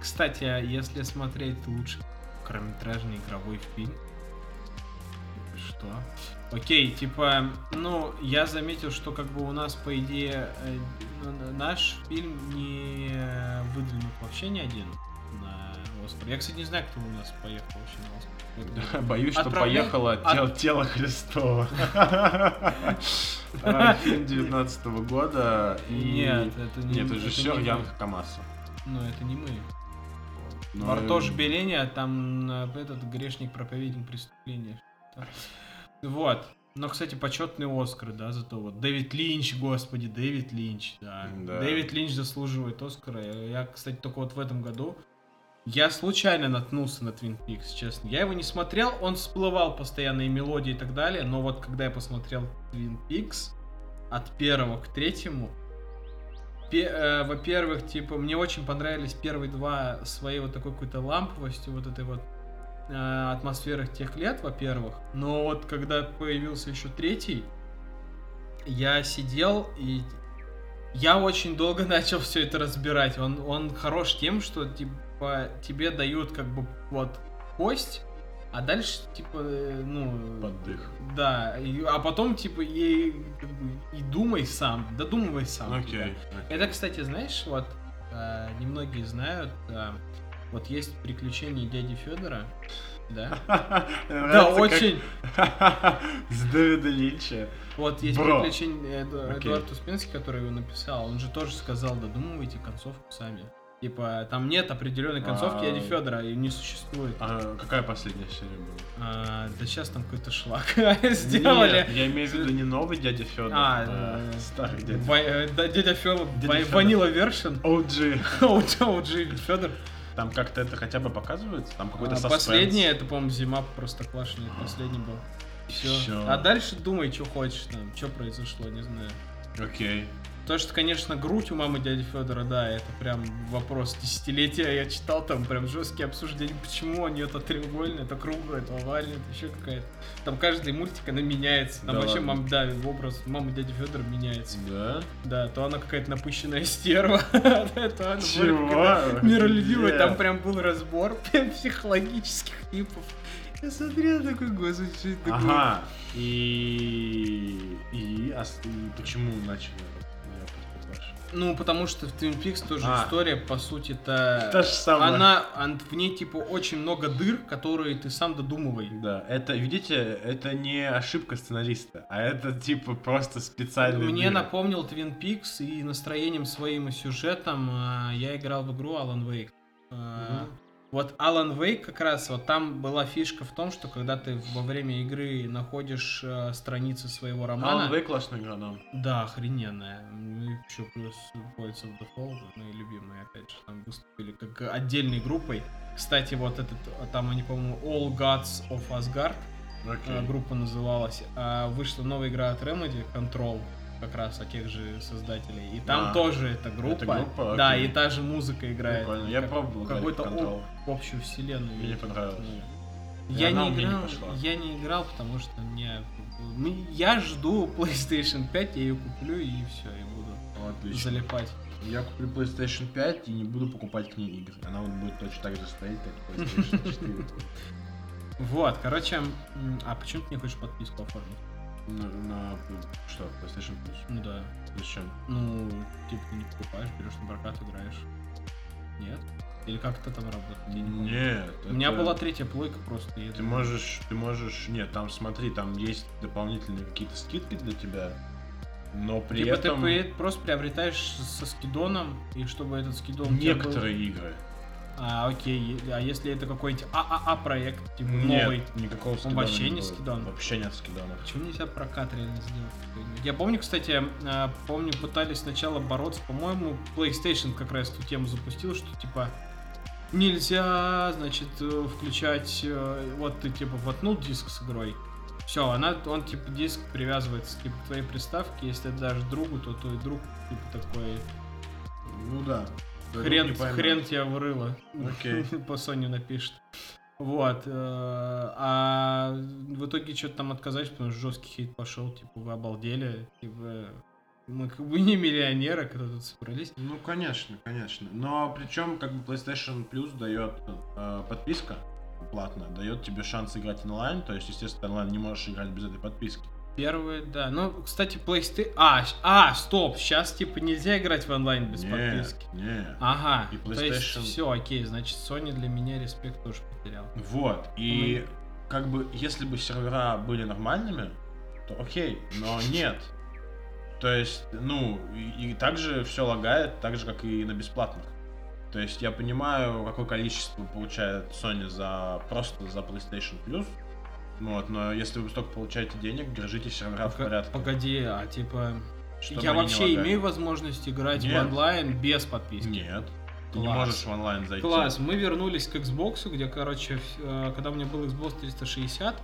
Speaker 2: Кстати, а если смотреть лучший короткометражный игровой фильм,
Speaker 1: Что?
Speaker 2: Окей, типа, ну, я заметил, что как бы у нас, по идее, э, н- н- наш фильм не выдвинут вообще ни один на Оскар. Я, кстати, не знаю, кто у нас поехал вообще на Оскар. Вот,
Speaker 1: Да, Боюсь, что
Speaker 2: Отправляй-
Speaker 1: поехало
Speaker 2: от-
Speaker 1: тел- тело Христова. А, Фильм 19 года. и-
Speaker 2: Нет, это не
Speaker 1: Нет,
Speaker 2: это
Speaker 1: режиссер
Speaker 2: не мы.
Speaker 1: Ян Камаса.
Speaker 2: Ну, это не мы.
Speaker 1: Но-
Speaker 2: Бартош Беленя, там э, этот грешник-проповедник преступления. Вот. Но, кстати, почетный Оскар, да, зато вот. Дэвид Линч, господи, Дэвид Линч, да.
Speaker 1: Да.
Speaker 2: Дэвид Линч заслуживает Оскара. Я, я, кстати, только вот в этом году я случайно наткнулся на Твин Пикс, честно. Я его не смотрел, он всплывал постоянно и мелодии и так далее, но вот когда я посмотрел Твин Пикс от первого к третьему, пе- э, во-первых, типа, мне очень понравились первые два своей вот такой какой-то ламповостью, вот этой вот э, атмосферах тех лет, во-первых. Но вот когда появился еще третий, я сидел и я очень долго начал все это разбирать. Он, он хорош тем, что типа тебе дают как бы вот кость, а дальше типа э, ну
Speaker 1: Поддых.
Speaker 2: да, и- а потом типа и, как бы, и думай сам, додумывай сам. типа.
Speaker 1: ну, Окей.
Speaker 2: Это, кстати, знаешь, вот э, немногие знают, э, вот есть приключения дяди Федора, да? Да, очень.
Speaker 1: С Дэвида Линча.
Speaker 2: Вот есть
Speaker 1: Бро.
Speaker 2: приключения Эду-
Speaker 1: Окей.
Speaker 2: Эдуард Успенский, который его написал, он же тоже сказал, додумывайте концовку сами. Типа, там нет определенной концовки
Speaker 1: А.
Speaker 2: дяди Федора, ее не существует.
Speaker 1: А какая последняя серия была?
Speaker 2: А, да сейчас там какой-то шлак сделали.
Speaker 1: Нет, я имею в виду не новый дядя Федор,
Speaker 2: А,
Speaker 1: а
Speaker 2: э,
Speaker 1: старый дядя.
Speaker 2: Ва- э, да, Дядя Федор,
Speaker 1: Дядя
Speaker 2: ва-
Speaker 1: Фёдор.
Speaker 2: Ванила Вершин,
Speaker 1: OG.
Speaker 2: OG Федор.
Speaker 1: Там как-то это хотя бы показывается? Там какой-то
Speaker 2: А,
Speaker 1: саспенс?
Speaker 2: Последнее, это, по-моему, зима просто клашная, последний был. Все.
Speaker 1: Всё.
Speaker 2: А дальше думай, что хочешь там, что произошло, не знаю.
Speaker 1: Окей.
Speaker 2: То, что, конечно, грудь у мамы дяди Федора, да, это прям вопрос десятилетия. Я читал там прям жесткие обсуждения, почему у нее то треугольная, то круглая, то овальная, то еще какая-то. Там каждый мультик, она меняется. Там
Speaker 1: Да
Speaker 2: вообще
Speaker 1: ладно?
Speaker 2: мам, да, образ мамы дяди Федора меняется.
Speaker 1: Да?
Speaker 2: Да, то она какая-то напыщенная стерва, то она более какая-то
Speaker 1: Чего?
Speaker 2: миролюбивый,
Speaker 1: Где?
Speaker 2: там прям был разбор прям психологических типов. Я смотрел такой, господи, что это такое?
Speaker 1: Ага. И... И... а с- и почему начали? Я просто спрашиваю.
Speaker 2: Ну, потому что в Twin Peaks тоже
Speaker 1: А.
Speaker 2: история, по сути-то...
Speaker 1: Та же самая.
Speaker 2: Э, Она, он- в ней, типа, очень много дыр, которые ты сам додумывай.
Speaker 1: Да, это, видите, это не ошибка сценариста, а это типа просто специальный...
Speaker 2: Мне
Speaker 1: мир.
Speaker 2: напомнил Twin Peaks и настроением своим и сюжетом а, я играл в игру Alan Wake. А,
Speaker 1: Мгм.
Speaker 2: Вот Alan Wake как раз, вот там была фишка в том, что когда ты во время игры находишь а, страницы своего романа...
Speaker 1: Alan Wake классная игра, да.
Speaker 2: Да, охрененная. Ну и еще плюс Poets of the Fall, мои ну, любимые, опять же, там выступили как отдельной группой. Кстати, вот этот, а там они, по-моему, All Gods of Asgard
Speaker 1: Окей.
Speaker 2: э, группа называлась. А Вышла новая игра от Remedy, Control, как раз от тех же создателей. И там
Speaker 1: А,
Speaker 2: тоже эта группа.
Speaker 1: группа,
Speaker 2: да,
Speaker 1: окей.
Speaker 2: и та же музыка играет.
Speaker 1: Прикольно. Я
Speaker 2: Как-
Speaker 1: пробовал играть в
Speaker 2: Какой-то Ну,
Speaker 1: Control.
Speaker 2: об- общую вселенную.
Speaker 1: Мне понравилось. И
Speaker 2: Я
Speaker 1: она у
Speaker 2: не,
Speaker 1: меня не
Speaker 2: играл,
Speaker 1: пошла.
Speaker 2: я не играл, потому что мне... м- Я жду PlayStation 5, я ее куплю и все, и буду
Speaker 1: Ну, Отлично.
Speaker 2: залипать.
Speaker 1: Я куплю PlayStation 5 и не буду покупать к ней игр. Она вот будет точно так же стоять, как PlayStation 4.
Speaker 2: Вот, короче, м, а почему ты не хочешь подписку оформить?
Speaker 1: На, на- что, PlayStation Plus?
Speaker 2: Ну да,
Speaker 1: Зачем?
Speaker 2: ну, типа ты не покупаешь, берешь на прокат, играешь. Нет? Или как это там работает? Я не помню.
Speaker 1: Нет.
Speaker 2: У меня
Speaker 1: это-
Speaker 2: была третья плойка просто. и это-
Speaker 1: Ты можешь, ты можешь, нет, там смотри, там есть дополнительные какие-то скидки для тебя, но при
Speaker 2: Типа
Speaker 1: этом
Speaker 2: ты при- просто приобретаешь со скидоном, и чтобы этот скидон... у тебя был-
Speaker 1: некоторые игры.
Speaker 2: А, окей, е- а если это какой-нибудь ААА проект, типа новый,
Speaker 1: Нет, никакого скидана
Speaker 2: вообще не
Speaker 1: будет.
Speaker 2: скидан.
Speaker 1: Вообще нет скиданов.
Speaker 2: А Почему нельзя прокат реально сделать? Я помню, кстати, э, помню, пытались сначала бороться, по-моему, PlayStation как раз эту тему запустил, что типа нельзя, значит, э, включать, э, вот ты типа воткнул диск с игрой, все, она, он типа диск привязывается типа, к твоей приставке, если ты дашь другу, то твой друг типа такой,
Speaker 1: Ну да. Хрен,
Speaker 2: Хрен, хрен тебя врыло.
Speaker 1: Окей.
Speaker 2: По Sony напишет. Вот. э, А в итоге что-то там отказались, потому что жесткий хейт пошел, типа, вы обалдели, типа, мы как бы не миллионеры, когда тут собрались.
Speaker 1: Ну, конечно, конечно. Но причем, как бы PlayStation Plus дает э, подписка платная, дает тебе шанс играть онлайн. То есть, естественно, онлайн не можешь играть без этой подписки.
Speaker 2: Первые, да. Ну, кстати, PlayStation... А, щ- а, стоп, сейчас, типа, нельзя играть в онлайн без
Speaker 1: Нет,
Speaker 2: подписки. А,
Speaker 1: Нет.
Speaker 2: Ага,
Speaker 1: И
Speaker 2: то есть
Speaker 1: PlayStation.
Speaker 2: все, окей, значит, Sony для меня респект тоже потерял.
Speaker 1: Вот.
Speaker 2: ну,
Speaker 1: И как бы, если бы сервера были нормальными, то окей, но нет. То есть, ну, и, и также все лагает, так же, как и на бесплатных. То есть я понимаю, какое количество получает Sony за просто за PlayStation Plus. Вот, но если вы столько получаете денег, держите сервера в
Speaker 2: Пока-
Speaker 1: порядке.
Speaker 2: Погоди, а типа...
Speaker 1: чтобы
Speaker 2: я
Speaker 1: они не
Speaker 2: вообще
Speaker 1: лагали.
Speaker 2: имею возможность играть
Speaker 1: Нет.
Speaker 2: в онлайн без подписки?
Speaker 1: Нет. Ты не
Speaker 2: Класс.
Speaker 1: можешь в онлайн зайти.
Speaker 2: Класс, мы вернулись к Xbox, где, короче, ф- э, когда у меня был Xbox 360,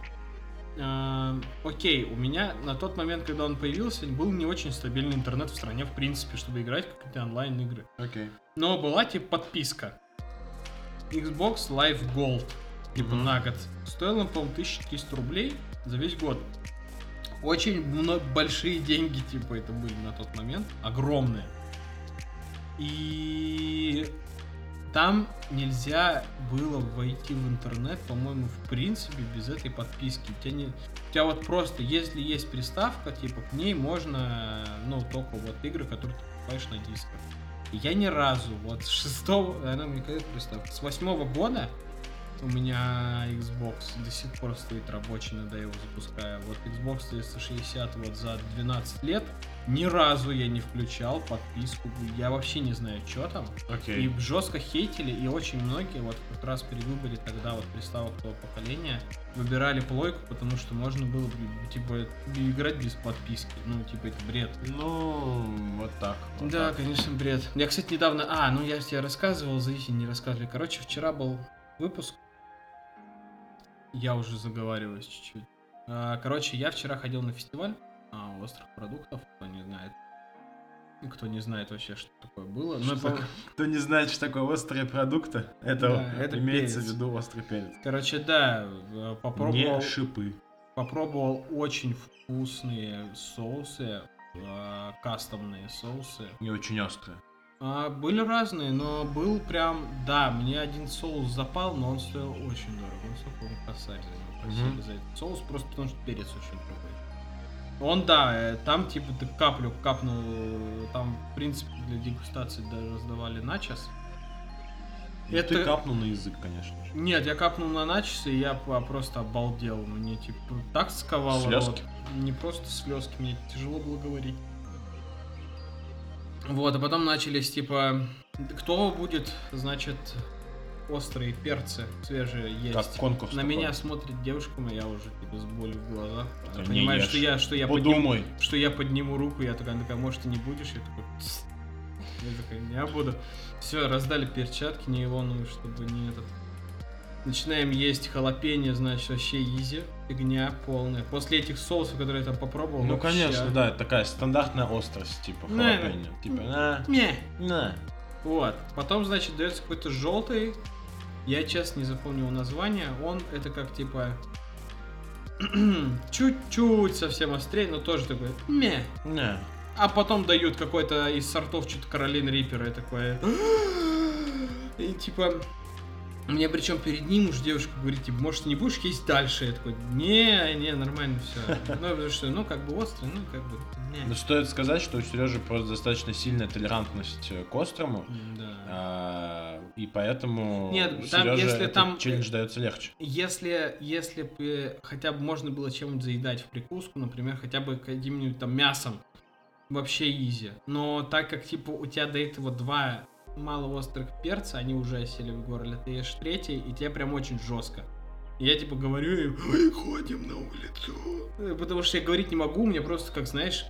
Speaker 2: э, окей, у меня на тот момент, когда он появился, был не очень стабильный интернет в стране, в принципе, чтобы играть в какие-то онлайн-игры.
Speaker 1: Окей.
Speaker 2: Но была типа подписка. Xbox Live Gold. Типа
Speaker 1: Мгм.
Speaker 2: на год. Стоила, по-моему, 1300 рублей за весь год. Очень мно- большие деньги, типа, это были на тот момент. Огромные. И там нельзя было войти в интернет, по-моему, в принципе, без этой подписки. У тебя, не... у тебя вот просто, если есть приставка, типа, к ней можно, ну, только вот игры, которые ты покупаешь на дисках. И Я ни разу, вот с шестого, э, она мне какая приставка, с восьмого года у меня Xbox до сих пор стоит рабочий, иногда я его запускаю. Вот Xbox 360 вот за 12 лет ни разу я не включал подписку, я вообще не знаю, что там.
Speaker 1: Окей.
Speaker 2: И жестко хейтили, и очень многие вот как раз при выборе тогда вот приставок того поколения выбирали плойку, потому что можно было бы, типа, играть без подписки. Ну, типа, это бред.
Speaker 1: Ну, вот так. вот
Speaker 2: Да,
Speaker 1: Ну так.
Speaker 2: конечно, бред. Я, кстати, недавно... А, ну я же тебе рассказывал, зависит, не рассказывали. Короче, вчера был выпуск. Я уже заговариваюсь чуть-чуть. А, Короче, я вчера ходил на фестиваль а, острых продуктов, кто не знает. Ну, Кто не знает вообще, что такое было. Ну,
Speaker 1: Что
Speaker 2: я пом-
Speaker 1: такое? Кто не знает, что такое острые продукты, это,
Speaker 2: Да, это
Speaker 1: имеется
Speaker 2: перец.
Speaker 1: в виду острый перец.
Speaker 2: Короче, да, э, попробовал...
Speaker 1: Не шипы.
Speaker 2: Попробовал очень вкусные соусы, э, кастомные соусы.
Speaker 1: Не очень острые.
Speaker 2: А, были разные, но был прям, да, мне один соус запал, но он стоил очень дорого. Он стоил, по-моему, косарь за него просили
Speaker 1: Мгм.
Speaker 2: за этот соус, просто потому что перец очень другой. Он, да, э, там типа ты каплю капнул, э, там, в принципе, для дегустации даже раздавали начос.
Speaker 1: И
Speaker 2: Это-
Speaker 1: ты капнул на язык, конечно же.
Speaker 2: Нет, я капнул на начос, и я п- просто обалдел. Мне типа так сковало.
Speaker 1: Слезки?
Speaker 2: рот. Не просто слезки, мне тяжело было говорить. Вот, а потом начались типа, кто будет, значит, острые перцы свежие есть.
Speaker 1: Как конкурс.
Speaker 2: на
Speaker 1: такой.
Speaker 2: меня смотрит девушка моя уже типа с болью в глазах. Она
Speaker 1: не
Speaker 2: понимает,
Speaker 1: ешь.
Speaker 2: что я, что я подниму,
Speaker 1: Подумай.
Speaker 2: что я подниму руку, я такая, она такая, может, ты не будешь? Я такой, «Тс». я такой, я буду. Все, раздали перчатки нейлоновые, чтобы не этот. Начинаем есть халапеньо, значит, вообще изи, фигня полная. После этих соусов, которые я там попробовал,
Speaker 1: Ну,
Speaker 2: вообще-
Speaker 1: конечно, да, это такая стандартная острость, типа
Speaker 2: Не.
Speaker 1: халапеньо. Типа, на,
Speaker 2: Мя.
Speaker 1: на.
Speaker 2: Вот. Потом, значит, дается какой-то желтый. Я, честно, не запомнил название. Он это как типа чуть-чуть совсем острее, но тоже такой мя.
Speaker 1: Не.
Speaker 2: А потом дают какой-то из сортов что-то Каролин Риппера и такое. И типа... Мне причем перед ним уж девушка говорит, типа, может, не будешь есть дальше? Я такой, не, не, нормально все. Ну, потому что, ну, как бы острый, ну, как бы, не.
Speaker 1: Но стоит сказать, что у Сережи просто достаточно сильная толерантность э, к острому.
Speaker 2: Да.
Speaker 1: а, И поэтому
Speaker 2: Нет, там,
Speaker 1: Серёже
Speaker 2: если
Speaker 1: этот
Speaker 2: там- э,
Speaker 1: челлендж дается легче.
Speaker 2: Если, если бы хотя бы можно было чем-нибудь заедать в прикуску, например, хотя бы каким-нибудь там мясом, вообще изи. Но так как, типа, у тебя до этого два малоострых перца, они уже осели в горле, ты ешь третий, и тебе прям очень жестко. И я типа говорю, выходим на улицу. Э, Потому что я говорить не могу, мне просто, как знаешь,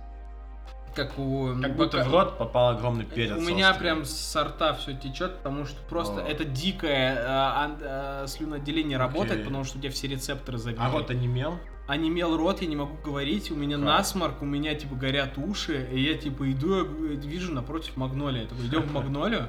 Speaker 2: как у...
Speaker 1: Как будто
Speaker 2: бока-
Speaker 1: в рот попал огромный перец.
Speaker 2: ну, у меня
Speaker 1: острый.
Speaker 2: прям сорта все течет, потому что просто
Speaker 1: О.
Speaker 2: это дикое э, ан- э, слюноотделение работает,
Speaker 1: Окей.
Speaker 2: потому что у тебя все рецепторы забиты.
Speaker 1: А рот онемел?
Speaker 2: Онемел рот, я не могу говорить, у меня
Speaker 1: Как?
Speaker 2: насморк, у меня типа э, горят уши, и я типа иду, я г- вижу напротив магнолия. Я Такой, идем в магнолию.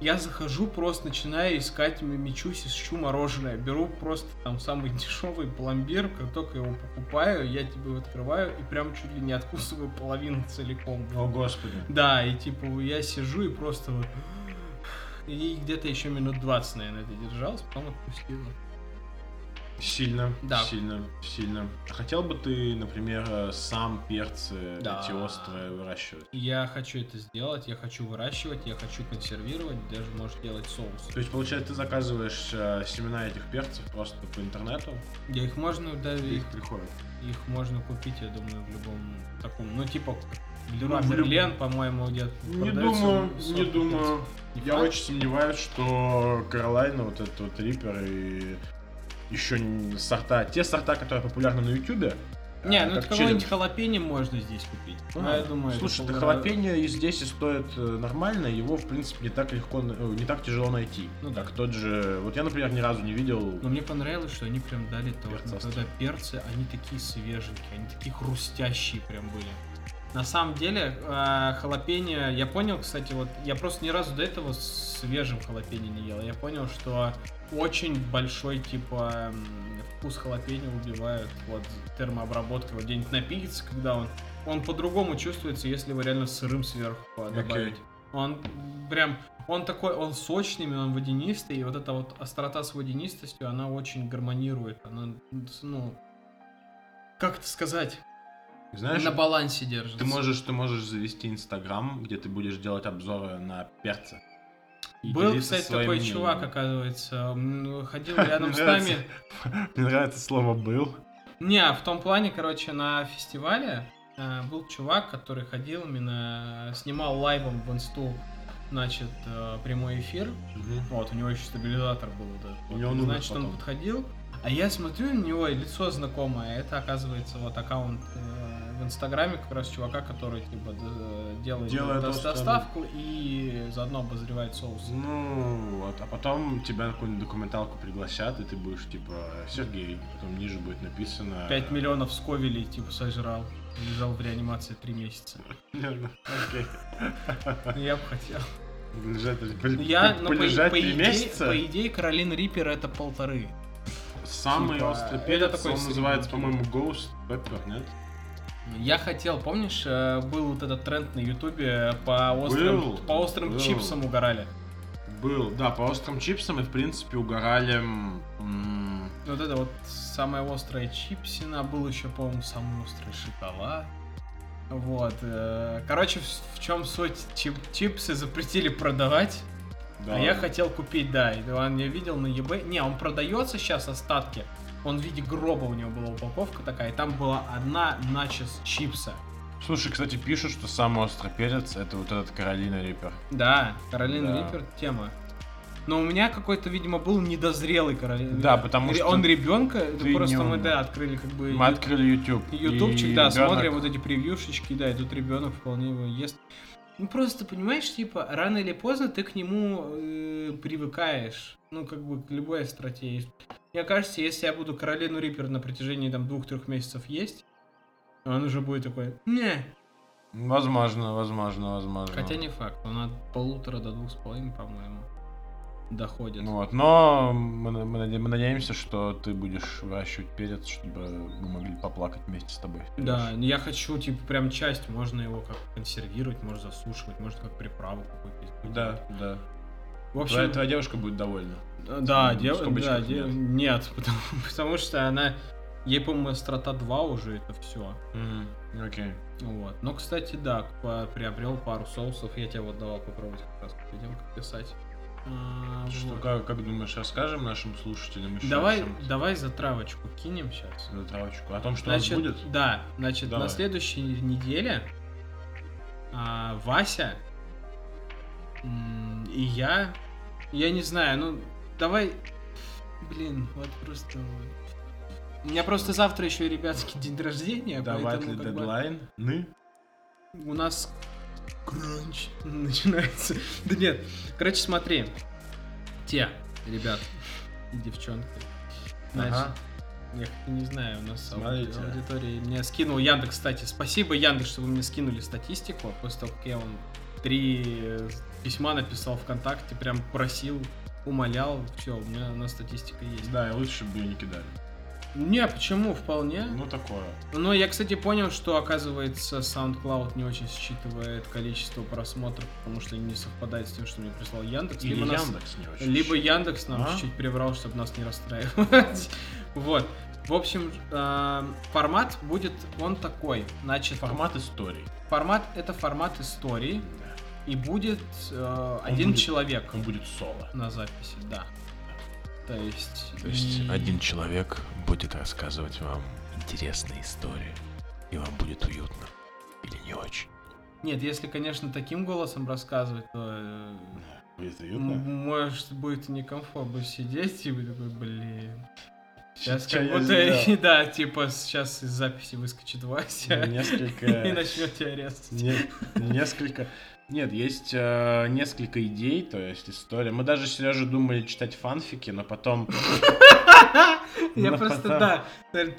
Speaker 2: Я захожу, просто начинаю искать, м- мечусь, ищу мороженое. Беру просто там самый дешевый пломбир, как только его покупаю, я тебе его открываю и прям чуть ли не откусываю половину целиком.
Speaker 1: О, господи.
Speaker 2: Да, и типа я сижу и просто вот... И где-то еще минут 20, наверное, это держалось, потом отпустила.
Speaker 1: Сильно,
Speaker 2: Да.
Speaker 1: сильно, сильно. Хотел бы ты, например, э, сам перцы
Speaker 2: Да.
Speaker 1: эти острые выращивать?
Speaker 2: Я хочу это сделать, я хочу выращивать, я хочу консервировать, даже может делать соус.
Speaker 1: То есть, получается, ты заказываешь э, семена этих перцев просто по интернету,
Speaker 2: Я их можно, да,
Speaker 1: и
Speaker 2: их,
Speaker 1: их приходят.
Speaker 2: их можно купить, я думаю, в любом таком, ну типа
Speaker 1: Ну,
Speaker 2: Леруа
Speaker 1: в люб-
Speaker 2: Мерлен, по-моему, где-то
Speaker 1: Не
Speaker 2: продается
Speaker 1: думаю,
Speaker 2: в
Speaker 1: не
Speaker 2: сотнях.
Speaker 1: думаю.
Speaker 2: Не
Speaker 1: Я
Speaker 2: факт?
Speaker 1: очень сомневаюсь, что Каролайна, вот этот вот рипер и еще не- сорта, те сорта, которые популярны на Ютубе.
Speaker 2: Не,
Speaker 1: э,
Speaker 2: ну
Speaker 1: как
Speaker 2: это какой-нибудь
Speaker 1: челлендж.
Speaker 2: халапеньо можно здесь купить.
Speaker 1: Ну,
Speaker 2: Ну, я думаю, это
Speaker 1: Слушай, это
Speaker 2: полтора-
Speaker 1: халапеньо и здесь и стоит э, нормально, его, в принципе, не так легко, на- э, не так тяжело найти.
Speaker 2: Ну да.
Speaker 1: Как тот же... Вот я, например, ни разу не видел...
Speaker 2: Но мне понравилось, что они прям дали то,
Speaker 1: Перцастые.
Speaker 2: когда перцы, они такие свеженькие, они такие хрустящие прям были. На самом деле, э, халапеньо, я понял, кстати, вот я просто ни разу до этого свежим халапеньо не ел. Я понял, что очень большой, типа, м, вкус халапеньо убивает вот термообработка вот где-нибудь на пицце, когда он... Он по-другому чувствуется, если его реально сырым сверху э,
Speaker 1: Окей.
Speaker 2: добавить. Он прям, он такой, он сочный, он водянистый, и вот эта вот острота с водянистостью, она очень гармонирует, она, ну, как это сказать,
Speaker 1: Знаешь,
Speaker 2: на балансе держится.
Speaker 1: ты можешь, ты можешь завести Инстаграм, где ты будешь делать обзоры на перцы. И
Speaker 2: Был,
Speaker 1: делиться
Speaker 2: кстати,
Speaker 1: своим
Speaker 2: такой
Speaker 1: мнением.
Speaker 2: чувак, оказывается, м, ходил рядом с
Speaker 1: Мне нравится.
Speaker 2: нами.
Speaker 1: Мне нравится слово «был».
Speaker 2: Не, в том плане, короче, на фестивале э, был чувак, который ходил именно, снимал лайвом в инсту, значит, э, прямой эфир. Вот, у него еще стабилизатор был вот этот.
Speaker 1: У него он умер
Speaker 2: Значит, он
Speaker 1: потом.
Speaker 2: подходил, а я смотрю на него, и лицо знакомое. А Это, оказывается, вот аккаунт э, в Инстаграме как раз чувака, который, типа, д- делает,
Speaker 1: Делает
Speaker 2: дос-
Speaker 1: острый.
Speaker 2: доставку и заодно обозревает соус.
Speaker 1: Ну, вот, а потом тебя на какую-нибудь документалку пригласят, и ты будешь, типа, Сергей, потом ниже будет написано...
Speaker 2: 5 миллионов сковелей, типа, сожрал. Лежал в реанимации три месяца.
Speaker 1: Примерно. Окей.
Speaker 2: Я бы хотел.
Speaker 1: Лежать,
Speaker 2: Ну, Я,
Speaker 1: пол-
Speaker 2: ну, по,
Speaker 1: полежать
Speaker 2: по
Speaker 1: три
Speaker 2: идее,
Speaker 1: месяца.
Speaker 2: по идее, Каролин Риппер это полторы.
Speaker 1: Самый
Speaker 2: Типа,
Speaker 1: острый
Speaker 2: это
Speaker 1: перец,
Speaker 2: такой
Speaker 1: он
Speaker 2: средний.
Speaker 1: называется, по-моему, Ghost Pepper, нет?
Speaker 2: Я хотел, помнишь, э, был вот этот тренд на Ютубе э, по острым,
Speaker 1: Был,
Speaker 2: по острым
Speaker 1: был.
Speaker 2: чипсам угорали.
Speaker 1: Был, да, по острым чипсам и, в принципе, угорали... м,
Speaker 2: Ну, Вот это вот самая острая чипсина, был еще, по-моему, самый острый шоколад. Вот. э, Короче, в, чем суть? Чип- чипсы запретили продавать,
Speaker 1: да.
Speaker 2: а я хотел купить, да. И он, я видел на eBay. Не, он продается сейчас остатки. Он в виде гроба у него была упаковка такая, и там была одна начес чипса.
Speaker 1: Слушай, кстати, пишут, что самый острый перец это вот этот Каролина Риппер.
Speaker 2: Да, Каролин
Speaker 1: Да.
Speaker 2: Риппер тема. Но у меня какой-то, видимо, был недозрелый Каролин.
Speaker 1: Да, потому что
Speaker 2: он ребенка,
Speaker 1: ты
Speaker 2: просто
Speaker 1: не
Speaker 2: мы
Speaker 1: умный.
Speaker 2: да открыли как бы
Speaker 1: Мы открыли YouTube. и
Speaker 2: ютубчик, да,
Speaker 1: ребёнок-
Speaker 2: смотрим вот эти превьюшечки, да, и тут ребенок вполне его ест. Ну просто понимаешь, типа рано или поздно ты к нему э, привыкаешь, ну как бы к любой стратегии. Мне кажется, если я буду Каролину Риппер на протяжении там двух-трех месяцев есть, он уже будет такой, не,
Speaker 1: Возможно, возможно, возможно.
Speaker 2: Хотя не факт, он от полутора до двух с половиной, по-моему, доходит.
Speaker 1: Ну Вот, но мы, на- мы наде- мы надеемся, что ты будешь выращивать перец, чтобы мы могли поплакать вместе с тобой.
Speaker 2: да, я хочу, типа, прям часть, можно его как консервировать, можно засушивать, можно как приправу какую-то. использовать.
Speaker 1: Да, да.
Speaker 2: В общем,
Speaker 1: Твоя, твоя девушка будет довольна.
Speaker 2: э, да,
Speaker 1: в
Speaker 2: дев- да,
Speaker 1: скобочках
Speaker 2: дев-
Speaker 1: нет.
Speaker 2: нет, потому, потому что она, ей, по-моему, острота 2 уже это все.
Speaker 1: Окей.
Speaker 2: Вот. Но, кстати, да, по- приобрел пару соусов, я тебе вот давал попробовать как раз, идем как писать. А,
Speaker 1: Что,
Speaker 2: вот.
Speaker 1: как, как думаешь, расскажем нашим слушателям еще
Speaker 2: Давай,
Speaker 1: о чем-то? за
Speaker 2: давай за травочку кинем сейчас.
Speaker 1: травочку? О том, что
Speaker 2: Значит,
Speaker 1: у нас будет?
Speaker 2: Да, значит,
Speaker 1: Давай.
Speaker 2: на следующей неделе а, Вася м, и я, я не знаю, ну, давай, блин, вот просто... У меня просто завтра еще и ребятский день рождения,
Speaker 1: Давать ли
Speaker 2: поэтому как бы
Speaker 1: дедлайн? Ну,
Speaker 2: у нас кранч начинается. Да нет, короче, смотри, те ребят и девчонки, значит,
Speaker 1: Ага.
Speaker 2: я как-то не знаю, у нас ауди-
Speaker 1: Смотрите.
Speaker 2: аудитория мне скинул Яндекс, кстати. Спасибо, Яндекс, что вы мне скинули статистику. А После того, как я вам три э, письма написал ВКонтакте, прям просил, умолял. Все, у меня на статистика есть.
Speaker 1: Да, и лучше бы ее не кидали.
Speaker 2: Не, почему? Вполне.
Speaker 1: Ну такое.
Speaker 2: Но я, кстати, понял, что, оказывается, SoundCloud не очень считывает количество просмотров, потому что не совпадает с тем, что мне прислал Яндекс.
Speaker 1: Или
Speaker 2: Либо нас-
Speaker 1: Яндекс не очень.
Speaker 2: Либо
Speaker 1: щит.
Speaker 2: Яндекс нам
Speaker 1: А?
Speaker 2: чуть-чуть приврал, чтобы нас не расстраивать. Вот. В общем, э, формат будет он такой. Значит,
Speaker 1: Формат историй.
Speaker 2: формат это формат истории. И будет э, один
Speaker 1: будет-
Speaker 2: человек
Speaker 1: Он будет соло.
Speaker 2: на записи, да. То есть.
Speaker 1: То есть
Speaker 2: и-
Speaker 1: один человек будет рассказывать вам интересные истории, и вам будет уютно. Или не очень.
Speaker 2: Нет, если, конечно, таким голосом рассказывать, то. э,
Speaker 1: Будет
Speaker 2: м- Может, будет некомфортно сидеть и вы такой, блин. Сейчас как будто, да, типа, сейчас из записи выскочит Вася. И
Speaker 1: Несколько...
Speaker 2: начнет тебя резать.
Speaker 1: не- Несколько... Нет, есть э, несколько идей, то есть история. Мы даже, Сережа, думали читать фанфики, но потом...
Speaker 2: Я
Speaker 1: Ну,
Speaker 2: просто,
Speaker 1: да.
Speaker 2: да, э,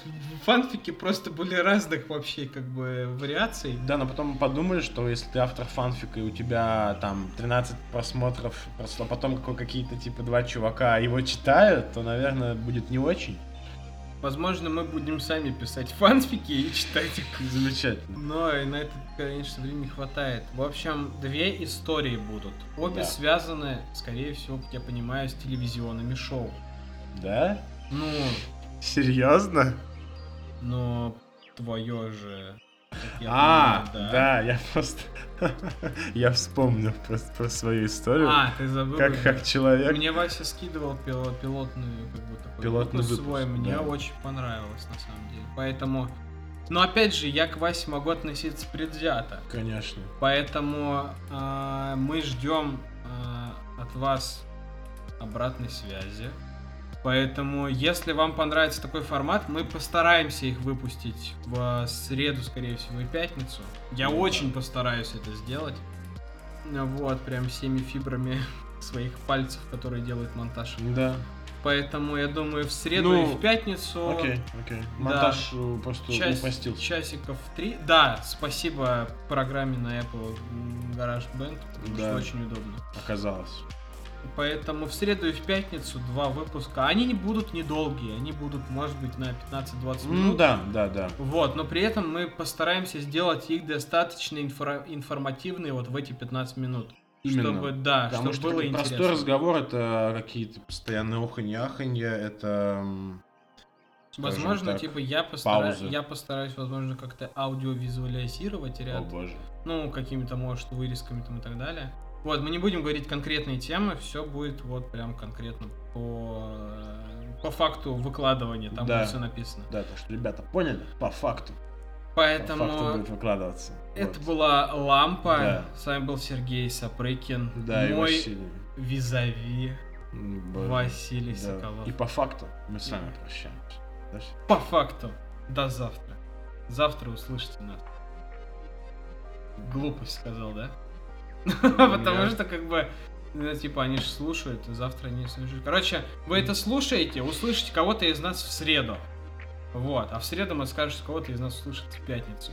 Speaker 2: фанфики просто были разных вообще, как бы, вариаций.
Speaker 1: Да, но потом мы подумали, что если ты автор фанфика и у тебя там 13 просмотров, просто потом какой- какие-то типа два чувака его читают, то, наверное, будет не очень.
Speaker 2: Возможно, мы будем сами писать фанфики и читать их.
Speaker 1: Замечательно.
Speaker 2: Но и на это, конечно, времени не хватает. В общем, две истории будут. Обе
Speaker 1: Да.
Speaker 2: связаны, скорее всего, как я понимаю, с телевизионными шоу.
Speaker 1: Да?
Speaker 2: Ну,
Speaker 1: Серьезно?
Speaker 2: но твое же... как я
Speaker 1: А,
Speaker 2: понимаю,
Speaker 1: да. я просто... я вспомнил просто про свою историю.
Speaker 2: А, ты забыл.
Speaker 1: как, как человек...
Speaker 2: Мне Вася скидывал пило- пилотную, как бы такой
Speaker 1: Пилотный выпуск,
Speaker 2: свой, мне
Speaker 1: да.
Speaker 2: очень понравилось на самом деле. Поэтому, но опять же, я к Васе могу относиться предвзято,
Speaker 1: Конечно.
Speaker 2: поэтому э, мы ждем э, от вас обратной связи. Поэтому, если вам понравится такой формат, мы постараемся их выпустить в среду, скорее всего, и пятницу. Я
Speaker 1: Ну да.
Speaker 2: очень постараюсь это сделать. Ну Вот, прям всеми фибрами своих пальцев, которые делают монтаж.
Speaker 1: Да.
Speaker 2: Поэтому я думаю, в среду
Speaker 1: Ну,
Speaker 2: и в пятницу
Speaker 1: Окей, окей. Монтаж э, просто
Speaker 2: часть-
Speaker 1: упростил.
Speaker 2: часиков три. Да, спасибо программе на Apple м, GarageBand, потому
Speaker 1: Да.
Speaker 2: что очень удобно.
Speaker 1: Оказалось.
Speaker 2: Поэтому в среду и в пятницу два выпуска. Они не будут недолгие, они будут, может быть, на 15-20 минут.
Speaker 1: Ну да, да, да.
Speaker 2: Вот, но при этом мы постараемся сделать их достаточно инфра- информативные вот в эти 15 минут.
Speaker 1: Именно.
Speaker 2: Чтобы, да,
Speaker 1: Потому
Speaker 2: чтобы
Speaker 1: что
Speaker 2: было
Speaker 1: как бы
Speaker 2: интересно.
Speaker 1: простой разговор это какие-то постоянные оханья-аханья, это... м, скажем
Speaker 2: Возможно,
Speaker 1: так,
Speaker 2: типа, я, постара...
Speaker 1: паузы.
Speaker 2: я постараюсь, возможно, как-то аудиовизуализировать
Speaker 1: О
Speaker 2: ряд,
Speaker 1: боже.
Speaker 2: ну, какими-то, может, вырезками там и так далее. Вот, мы не будем говорить конкретные темы, все будет вот прям конкретно по, по факту выкладывания, там
Speaker 1: Да.
Speaker 2: будет все написано.
Speaker 1: Да, то что ребята поняли, по факту. По факту
Speaker 2: Поэтому
Speaker 1: будет выкладываться.
Speaker 2: это
Speaker 1: Вот.
Speaker 2: была Лампа,
Speaker 1: Да.
Speaker 2: с вами был Сергей Сапрыкин,
Speaker 1: Да, и
Speaker 2: мой
Speaker 1: Василий.
Speaker 2: визави
Speaker 1: М, боже.
Speaker 2: Василий
Speaker 1: Да.
Speaker 2: Соколов.
Speaker 1: И по факту мы с
Speaker 2: Да.
Speaker 1: вами прощаемся. Дальше.
Speaker 2: По факту. До завтра. Завтра услышите нас. Глупость сказал, да? Потому
Speaker 1: Нет.
Speaker 2: что как бы ну, типа, они же слушают, и завтра они слушают. Короче, вы это слушаете, услышите кого-то из нас в среду. Вот, а в среду мы скажем, что кого-то из нас слушает в пятницу.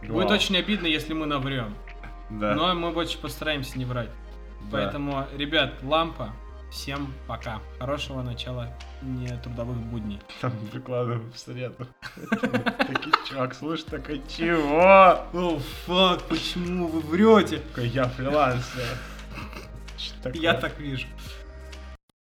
Speaker 2: Будет
Speaker 1: Вау.
Speaker 2: очень обидно, если мы наврем.
Speaker 1: Да.
Speaker 2: Но мы очень постараемся не врать.
Speaker 1: Да.
Speaker 2: Поэтому, ребят, лампа. Всем пока. Хорошего начала не трудовых будней.
Speaker 1: Там выкладываем в среду. Такий чувак, слушай, такой, чего?
Speaker 2: О, фак, почему вы врете?
Speaker 1: Такой, я фрилансер. Чё такое?
Speaker 2: Я так вижу.